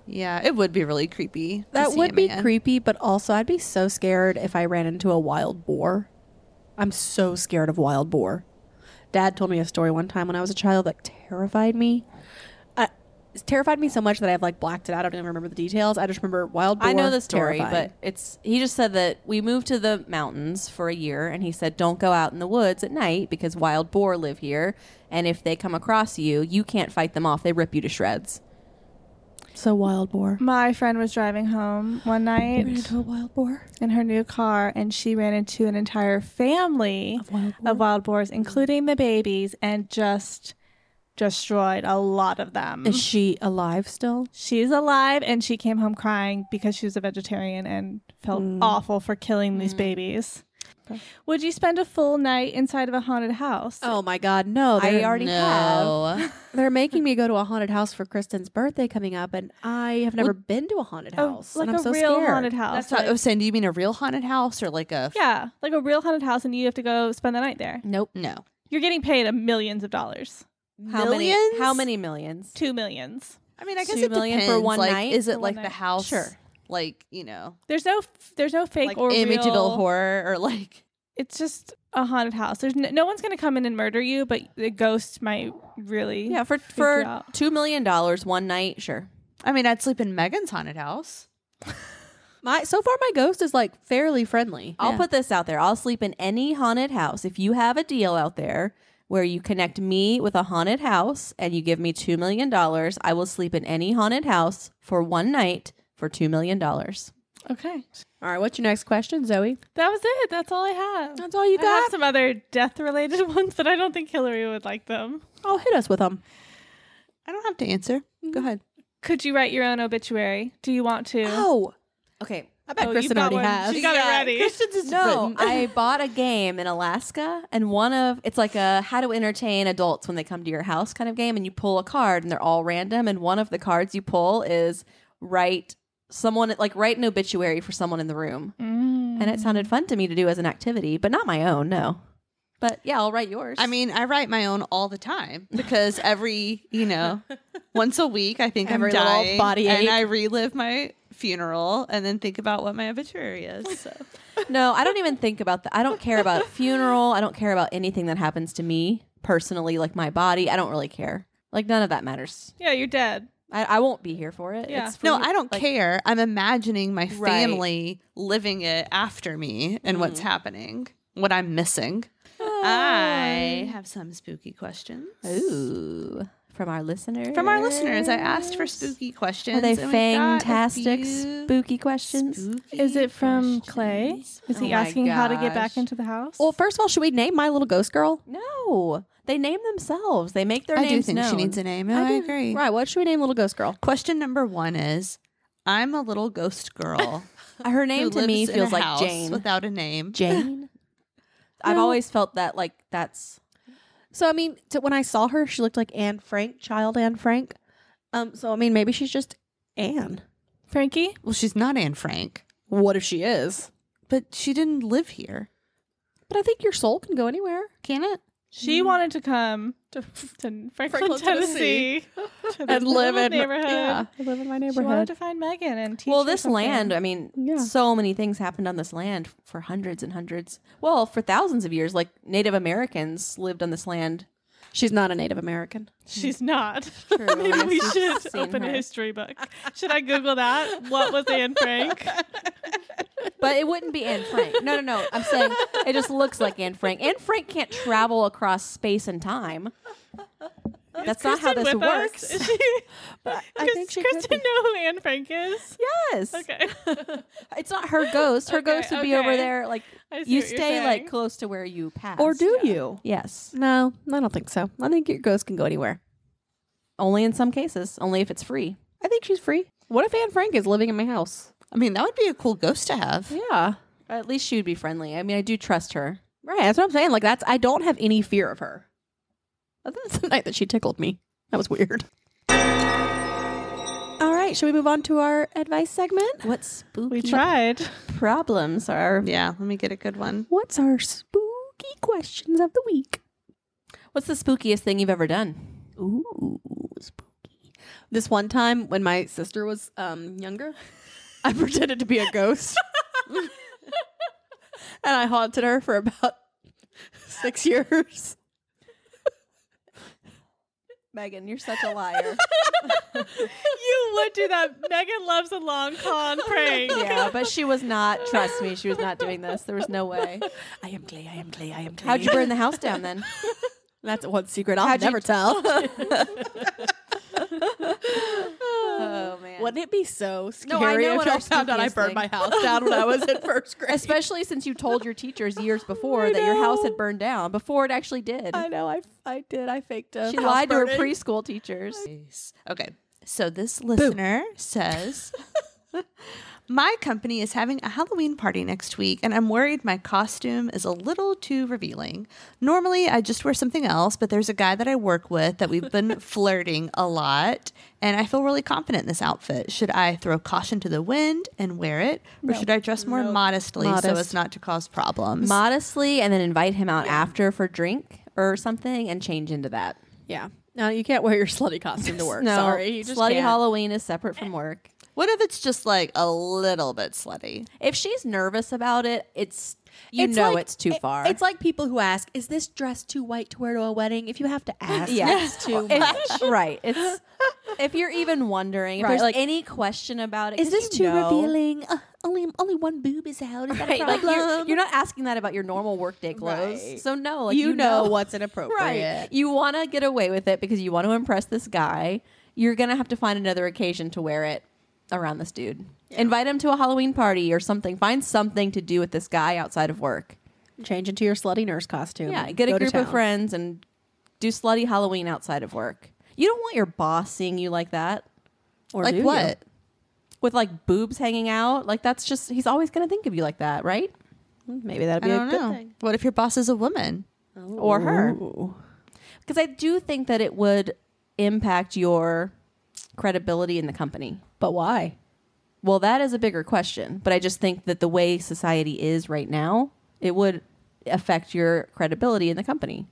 yeah, it would be really creepy. to That see a would be man. creepy, but also I'd be so scared if I ran into a wild boar. I'm so scared of wild boar. Dad told me a story one time when I was a child that terrified me. Uh, it terrified me so much that I've like blacked it out. I don't even remember the details. I just remember wild boar. I know the story, terrifying. but it's he just said that we moved to the mountains for a year and he said don't go out in the woods at night because wild boar live here and if they come across you, you can't fight them off. They rip you to shreds. so wild boar. My friend was driving home Ran one night into a wild boar. in her new car and she ran into an entire family of wild boar? boars, including the babies, and just destroyed a lot of them. Is she alive still? She's alive and she came home crying because she was a vegetarian and felt Mm. awful for killing these babies. Would you spend a full night inside of a haunted house? Oh my God, no! I They're, already have. No. [LAUGHS] they're making me go to a haunted house for Kristen's birthday coming up, and I have never been to oh, a haunted A- house. Oh, like and I'm a so real scared. haunted house. That's what I was saying. Do you mean a real haunted house or like a yeah, like a real haunted house and you have to go spend the night there. Nope. no? You're getting paid a millions of dollars. How Millions? many how many millions? Two millions. I mean, I guess Two it million for depends. one like, night? Is it For one like the night? house? Sure. like you know, There's no there's no fake like or Amityville real. horror or like It's just a haunted house. There's no, no one's gonna come in and murder you, but the ghost might really Yeah, for freak you for out. two million dollars one night, sure. I mean, I'd sleep in Megan's haunted house. My so far my ghost is like fairly friendly. I'll put this out there. I'll sleep in any haunted house. If you have a deal out there where you connect me with a haunted house and you give me two million dollars, I will sleep in any haunted house for one night for two million dollars. okay. All right, what's your next question, Zoe? That was it. That's all I have. That's all you I have got. some other death related [LAUGHS] ones, but I don't think Hillary would like them. Oh, hit us with them. I don't have to answer. Go ahead. Could you write your own obituary? Do you want to? Oh, Okay. I bet Oh, Kristen you've got already one. has. She got it ready. No, [LAUGHS] I bought a game in Alaska, and one of it's like a how to entertain adults when they come to your house kind of game, and you pull a card, and they're all random, and one of the cards you pull is write someone like write an obituary for someone in the room, Mm. and it sounded fun to me to do as an activity, but not my own, no. But yeah, I'll write yours. I mean, I write my own all the time because every, you know, once a week I think Every I'm little dying body and ache. I relive my funeral and then think about what my obituary is. So. [LAUGHS] no, I don't even think about that. I don't care about funeral. I don't care about anything that happens to me personally, like my body. I don't really care. Like none of that matters. Yeah, you're dead. I, I won't be here for it. Yeah. It's for no, you- I don't like- care. I'm imagining my Right. Mm-hmm. family living it after me and what's happening, what I'm missing. I have some spooky questions. Ah. Ooh, from our listeners. From our listeners, I asked for spooky questions. Are they and we got a fantastic few spooky questions? spooky Is it from Clay? Is he my asking how to get back gosh. into the house? Well, first of all, should we name my little ghost girl? No, they name themselves. They make their I names do think she known. needs a name. No, I, agree. Right. What should we name little ghost girl? Question number one is I'm a little ghost girl. Her [LAUGHS] name who to me lives in feels a like house Jane. Without a [LAUGHS] name. Jane. I've always felt that like that's So I mean, to, when I saw her, she looked like Anne Frank, child Anne Frank. Um. So I mean, maybe she's just Anne. Frankie? Well, she's not Anne Frank, What if she is? but she didn't live here. But I think your soul can go anywhere. Can it? She wanted to come to, [LAUGHS] to Franklin, Tennessee, [LAUGHS] to this little neighborhood. I live in my She wanted neighborhood. to find Megan and teach well. her This something. land, I mean, Yeah. so many things happened on this land for hundreds and hundreds. Well, for thousands of years, like Native Americans lived on this land. She's not a Native American. She's not. True, [LAUGHS] Maybe we should seen open a her. history book. Should I Google that? What was [LAUGHS] Anne Frank? But it wouldn't be Anne Frank. No, no, no. I'm saying it just looks like Anne Frank. Anne Frank can't travel across space and time. That's not how Kristen this with us? works. [LAUGHS] Is she, I Does think she could Kristen know who Anne Frank is? Yes. Okay. It's not her ghost. Her Okay, ghost would be okay. over there. Like I see you what you're stay like saying. close to where you pass. Or do you? Yes. No, I don't think so. I think your ghost can go anywhere. Only in some cases. Only if it's free. I think she's free. What if Anne Frank is living in my house? I mean, that would be a cool ghost to have. Yeah. At least she would be friendly. I mean, I do trust her. Right. That's what I'm saying. Like that's I don't have any fear of her. Other [LAUGHS] than the night that she tickled me. That was weird. All right, should we move on to our advice segment? What spooky We tried. problems are? Yeah, let me get a good one. What's our spooky questions of the week? What's the spookiest thing you've ever done? Ooh, spooky. This one time when my sister was um, younger, [LAUGHS] I pretended to be a ghost. [LAUGHS] and I haunted her for about [LAUGHS] six years. Megan, you're such a [LAUGHS] liar. You would do that. Megan loves a long con [LAUGHS] prank. yeah, Uh, but she was not. Trust me, she was not doing this. There was no [LAUGHS] way. I am Clay, I am Clay, I am Clay. How'd you burn the house down then? That's one secret I'll How'd you- never [LAUGHS] tell. Oh man. Wouldn't it be so No, scary I know if what y'all our found out I spookiest burned thing- my house down when I was [LAUGHS] in first grade? [LAUGHS] Especially since you told your teachers years before that your house had burned down before it actually did. I know, I, I did. I faked a she house lied to her burning. preschool teachers. Nice. Okay. So this listener says, [LAUGHS] My company is having a Halloween party next week, and I'm worried my costume is a little too revealing. Normally, I just wear something else, but there's a guy that I work with that we've [LAUGHS] been flirting a lot, and I feel really confident in this outfit. Should I throw caution to the wind and wear it, or should I dress more modestly so Modest. as not to cause problems? Modestly, and then invite him out after for drink or something and change into that. Yeah. No, you can't wear your slutty costume [LAUGHS] to work. No, Sorry, you just slutty can't. Eh. Halloween is separate from work. What if it's just like a little bit slutty? If she's nervous about it, it's you It's know like- it's too it- far. [LAUGHS] It's like people who ask, "Is this dress too white to wear to a wedding?" If you have [LAUGHS] to ask, Yeah. that's too If- much. [LAUGHS] right. It's if you're even wondering if Right, there's like, any question about it. Is 'cause this you too know- revealing? Uh, only only one boob is out. Is that Right, a like problem? you're, you're not asking that about your normal workday clothes. Right. So no, like you, know, [LAUGHS] what. what's inappropriate. Right. You want to get away with it because you want to impress this guy. You're going to have to find another occasion to wear it around this dude. Invite him to a Halloween party or something. Find something to do with this guy outside of work. Change into your slutty nurse costume. Yeah, get a Go to group of town. friends and do slutty Halloween outside of work. You don't want your boss seeing you like that Or do Like you? what? with like boobs hanging out. Like that's just he's always going to think of you like that, right? Maybe that'd I be a don't good know. thing. What if your boss is a woman? Or her. Because I do think that it would impact your credibility in the company. But why? Well, that is a bigger question, but I just think that the way society is right now, it would affect your credibility in the company.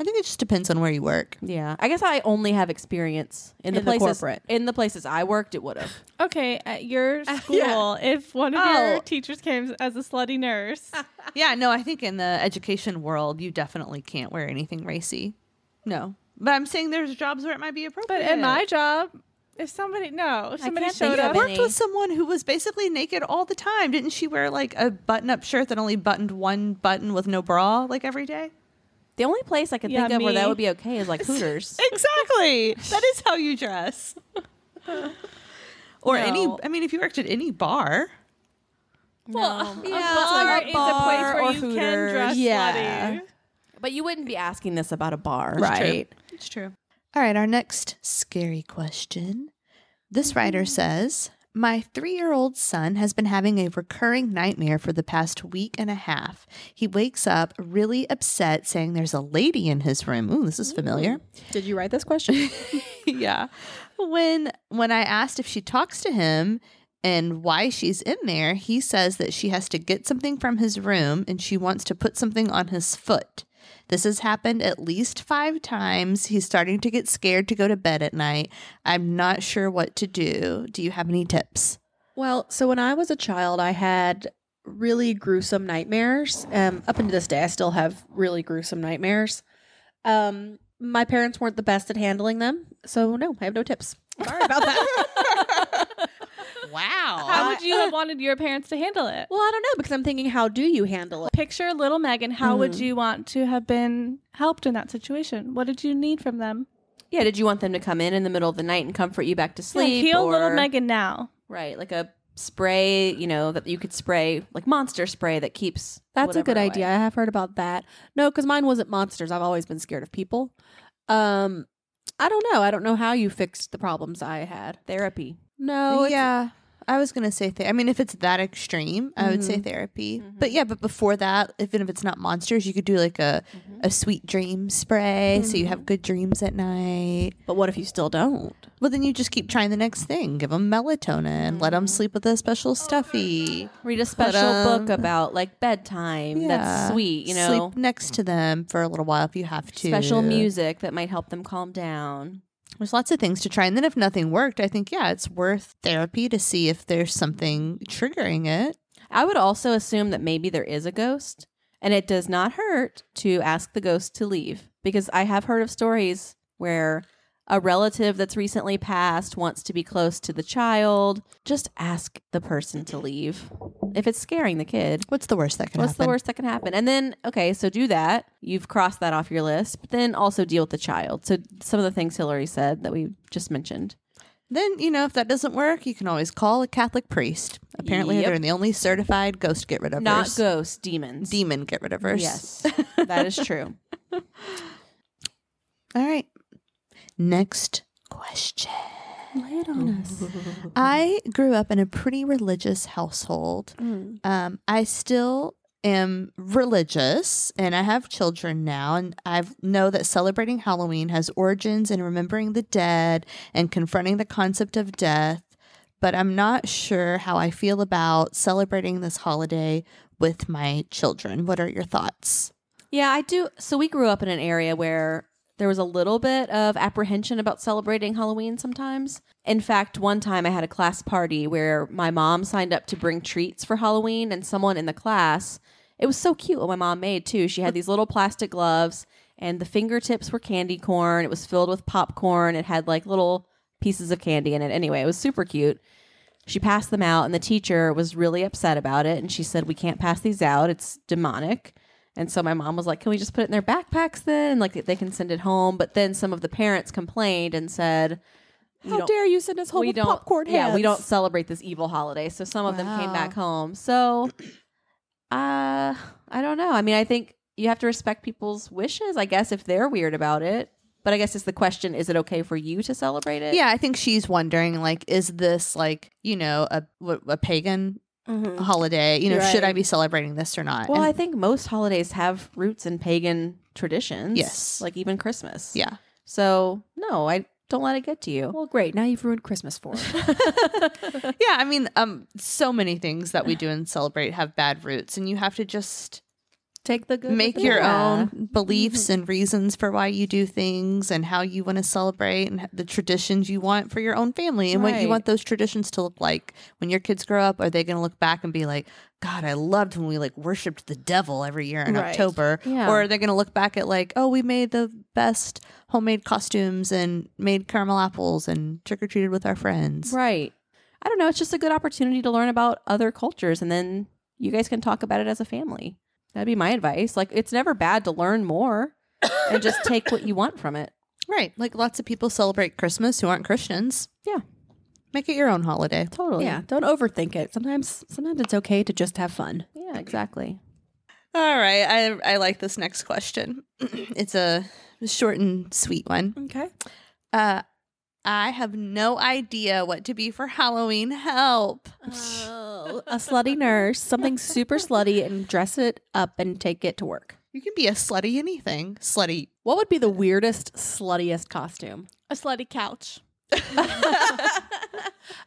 I think it just depends on where you work. Yeah, I guess I only have experience in, In the the places corporate. in the places I worked. It would have. [LAUGHS] Okay, at [LAUGHS] your school, if one of Oh. your teachers came as a slutty nurse, Yeah, no, I think in the education world, you definitely can't wear anything racy. No. But I'm saying there's jobs where it might be appropriate. but at my job, if somebody no, if somebody can't think showed of up, it. worked with someone who was basically naked all the time. Didn't she wear like a button-up shirt that only buttoned one button with no bra like every day? The only place I can Yeah, think of where that me. would be okay is [LAUGHS] like Hooters. Exactly. that is how you dress. [LAUGHS] or any No. I mean if you worked at any bar. well, a bar is a place where you can dress yeah. slutty. But you wouldn't be asking this about a bar, Right. It's true. All right, our next scary question. This writer says My three year old son has been having a recurring nightmare for the past week and a half. He wakes up really upset, saying there's a lady in his room. Ooh, this is familiar. Did you write this [LAUGHS] question? [LAUGHS] yeah. When when I asked if she talks to him and why she's in there, he says that she has to get something from his room and she wants to put something on his foot. This has happened at least 5 times. He's starting to get scared to go to bed at night. I'm not sure what to do. Do you have any tips? Well, so when I was a child, I had really gruesome nightmares. Um, up until this day, I still have really gruesome nightmares. Um, my parents weren't the best at handling them, so no, I have no tips. [LAUGHS] Sorry about that. Wow. [LAUGHS] How would you have wanted your parents to handle it? well, I don't know because I'm thinking, how do you handle it? Picture little Megan. How would you want to have been helped in that situation? What did you need from them? Yeah. Did you want them to come in in the middle of the night and comfort you back to sleep? heal or- little Megan now. Right, like a spray, you know, that you could spray, like monster spray that keeps. That's a whatever good away. idea. I have heard about that. No, because mine wasn't monsters. I've always been scared of people. Um, I don't know. I don't know how you fixed the problems I had. Therapy. Oh, No, it's- yeah. I was gonna say, ther- I mean, if it's that extreme, I would say Mm-hmm. therapy. But yeah, but before that, even if it's not monsters, you could do like a Mm-hmm. a sweet dream spray, so you have good dreams at night. But what if you still don't? Well, then you just keep trying the next thing. Give them melatonin. Let Mm-hmm. them sleep with a Oh, special stuffy. Read a special um, book about like bedtime. Yeah. That's sweet, you know. Sleep next to them for a little while if you have to. Special music that might help them calm down. There's lots of things to try, and then if nothing worked, I think yeah, it's worth therapy to see if there's something triggering it. I would also assume that maybe there is a ghost, and it does not hurt to ask the ghost to leave because I have heard of stories where a relative that's recently passed wants to be close to the child. Just ask the person to leave if it's scaring the kid. What's the worst that can What's happen? the worst that can happen? And then, okay, so do that. You've crossed that off your list, but then also deal with the child. So, some of the things Hillary said that we just mentioned. Then, you know, if that doesn't work, you can always call a Catholic priest. Apparently, Yep. they're the only certified ghost get rid of Not ghosts, demons. demon get rid of Yes, that is true. All right. Next question. [LAUGHS] I grew up in a pretty religious household. Um, I still am religious and I have children now and I know that celebrating Halloween has origins in remembering the dead and confronting the concept of death, but I'm not sure how I feel about celebrating this holiday with my children. What are your thoughts? Yeah, I do. So we grew up in an area where There was a little bit of apprehension about celebrating Halloween sometimes. In fact, one time I had a class party where my mom signed up to bring treats for Halloween, and someone in the class, it was so cute what my mom made too. She had these little plastic gloves, and the fingertips were candy corn. It was filled with popcorn. It had like little pieces of candy in it. Anyway, it was super cute. She passed them out, and the teacher was really upset about it. And she said, We can't pass these out. It's demonic. And so my mom was like, Can we just put it in their backpacks then? Like, they can send it home. But then some of the parents complained and said, "You How don't- dare you send us home we with don't, popcorn heads? Yeah, we don't celebrate this evil holiday. So some of them came Wow. back home. So, [CLEARS THROAT] uh, I don't know. I mean, I think you have to respect people's wishes, I guess, if they're weird about it. But I guess it's the question: Is it okay for you to celebrate it? Yeah, I think she's wondering like, is this like you know a what, a pagan holiday? You know, should I be celebrating this or not? Mm-hmm. Well, And- I think most holidays have roots in pagan traditions. Yes. like even Christmas. yeah, So no, I don't let it get to you. Well, great. Now you've ruined Christmas for us. [LAUGHS] yeah. I mean, um, so many things that we do and celebrate have bad roots, and you have to just Take the good. make with your the bad. Mm-hmm. own beliefs and reasons for why you do things and how you want to celebrate and the traditions you want for your own family and what you Right. want those traditions to look like when your kids grow up are they going to look back and be like god i loved when we like worshiped the devil every year in Right. october Yeah. or are they going to look back at like oh we made the best homemade costumes and made caramel apples and trick-or-treated with our friends Right. I don't know. It's just a good opportunity to learn about other cultures, and then you guys can talk about it as a family. That'd be my advice. Like, it's never bad to learn more and just take what you want from it. right like lots of people celebrate christmas who aren't christians Yeah, make it your own holiday totally. Yeah, don't overthink it. Sometimes, sometimes it's okay to just have fun. Yeah, exactly. All right, I I like this next question. [CLEARS THROAT] it's a short and sweet one. Okay. Uh, I have no idea what to be for Halloween. Help! Uh, a slutty nurse, something super slutty, and dress it up and take it to work. You can be a slutty anything. Slutty. What would be the weirdest, sluttiest costume? A slutty couch.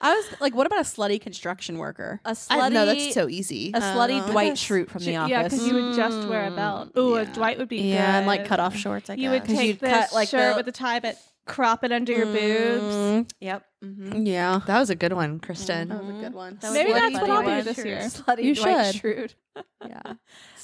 I was like, what about a slutty construction worker? A I, slutty. no, that's so easy. Uh, A slutty Oh, Dwight yes. Schrute from The Yeah, because Office. you would just wear a belt. Ooh, a Dwight would be Yeah, good. and like cut off shorts. I You would guess. take you'd this cut, like, shirt the- with the tie, but crop it under your boobs. Mm, yep. yeah. that was a good one, Kristen. Mm-hmm. That was a good one. Maybe Slutty that's what I'll Dwight do this Schrute. year. [LAUGHS] Slutty You Dwight should. Schrute. [LAUGHS] yeah. Stay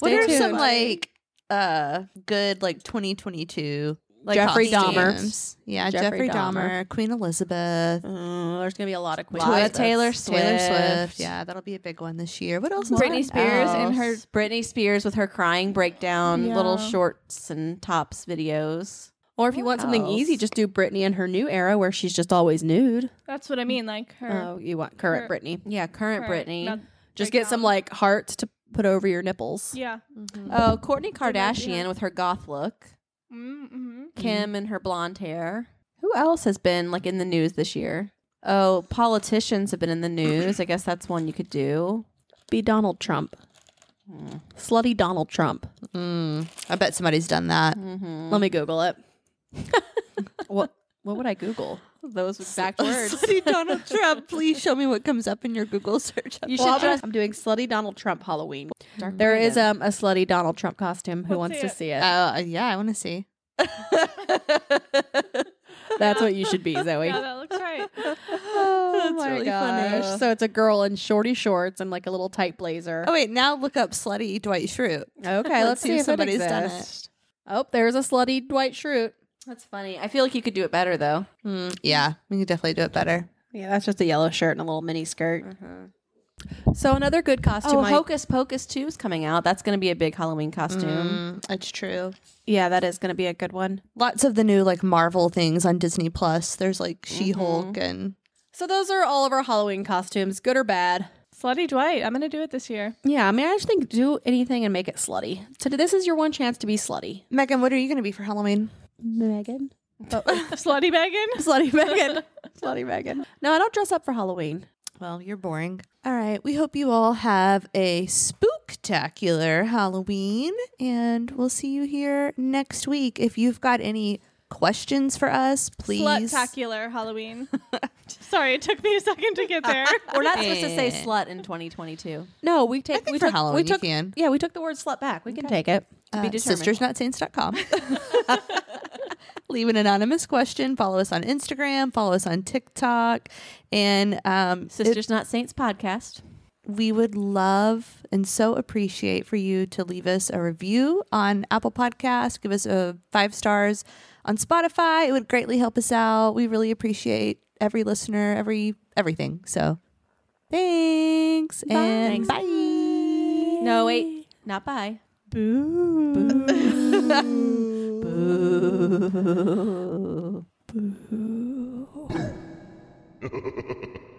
what are tuned. some like uh good like 2022 like Jeffrey Dahmer. costumes? Yeah, Jeffrey Jeffrey, Dahmer, Queen Elizabeth. Uh, there's gonna be a lot of queens. Lot of Taylor Taylor Swift. Swift. Yeah, that'll be a big one this year. What else? is Britney on? Spears and her. Britney Spears with her crying breakdown, Yeah. little shorts and tops videos. Or if you want something else? easy, just do Britney in her new era where she's just always nude. That's what I mean. Like her. Oh, you want current Her- Britney? Yeah, current her- Britney. not- Just get some like hearts to put over your nipples. Yeah. Oh, Courtney Kardashian idea. with her goth look. Mm-hmm. Kim and her blonde hair. Who else has been like in the news this year? Oh, politicians have been in the news. I guess that's one you could do. Be Donald Trump. Hmm. Slutty Donald Trump. Hmm. I bet somebody's done that. Mm, [LAUGHS] Let me Google it. Hmm. [LAUGHS] what What would I Google? Those exact words. Slutty Donald Trump, please show me what comes up in your Google search. You Well, should I'm just. I'm doing slutty Donald Trump Halloween. There is um, a slutty Donald Trump costume. Who wants see to it. see it? Uh, yeah, I want to see. That's what you should be, [LAUGHS] Zoe. Yeah, that looks right. oh my gosh! So it's a girl in shorty shorts and like a little tight blazer. Oh wait, now look up slutty Dwight Schrute. Okay, Oh, let's, see if somebody's done it. Oh, there's a slutty Dwight Schrute. [LAUGHS] That's funny. I feel like you could do it better though. Yeah, we can definitely do it better. Yeah, that's just a yellow shirt and a little mini skirt. Mm-hmm. So another good costume. oh, I- Hocus Pocus 2 is coming out. That's going to be a big Halloween costume. Mm, that's true. yeah, that is going to be a good one. Lots of the new like Marvel things on Disney Plus. There's like Mm-hmm. She Hulk and So those are all of our Halloween costumes, good or bad. Slutty Dwight. I'm gonna do it this year. Yeah, I mean, I just think do anything and make it slutty. So this is your one chance to be slutty, Megan. What are you going to be for Halloween? Megan. Slutty Megan. Slutty Megan. slutty Megan. No, I don't dress up for Halloween. Well, you're boring. All right. We hope you all have a spooktacular Halloween, and we'll see you here next week. If you've got any questions for us, please. Slutacular Halloween. Sorry, it took me a second to get there. We're Eh. not supposed to say slut in 2022. No, we take. I think we for took, Halloween we you took, can. Yeah, we took the word slut back. We can take it. uh, sistersnotsaints.com. [LAUGHS] leave an anonymous question. Follow us on Instagram. Follow us on TikTok. And um, it- Sisters Not Saints podcast. we would love and so appreciate for you to leave us a review on Apple Podcasts, give us a five stars on Spotify. It would greatly help us out. We really appreciate every listener, every everything. So thanks and Thanks. bye. No, wait, not bye. Boo. Boo. Boo.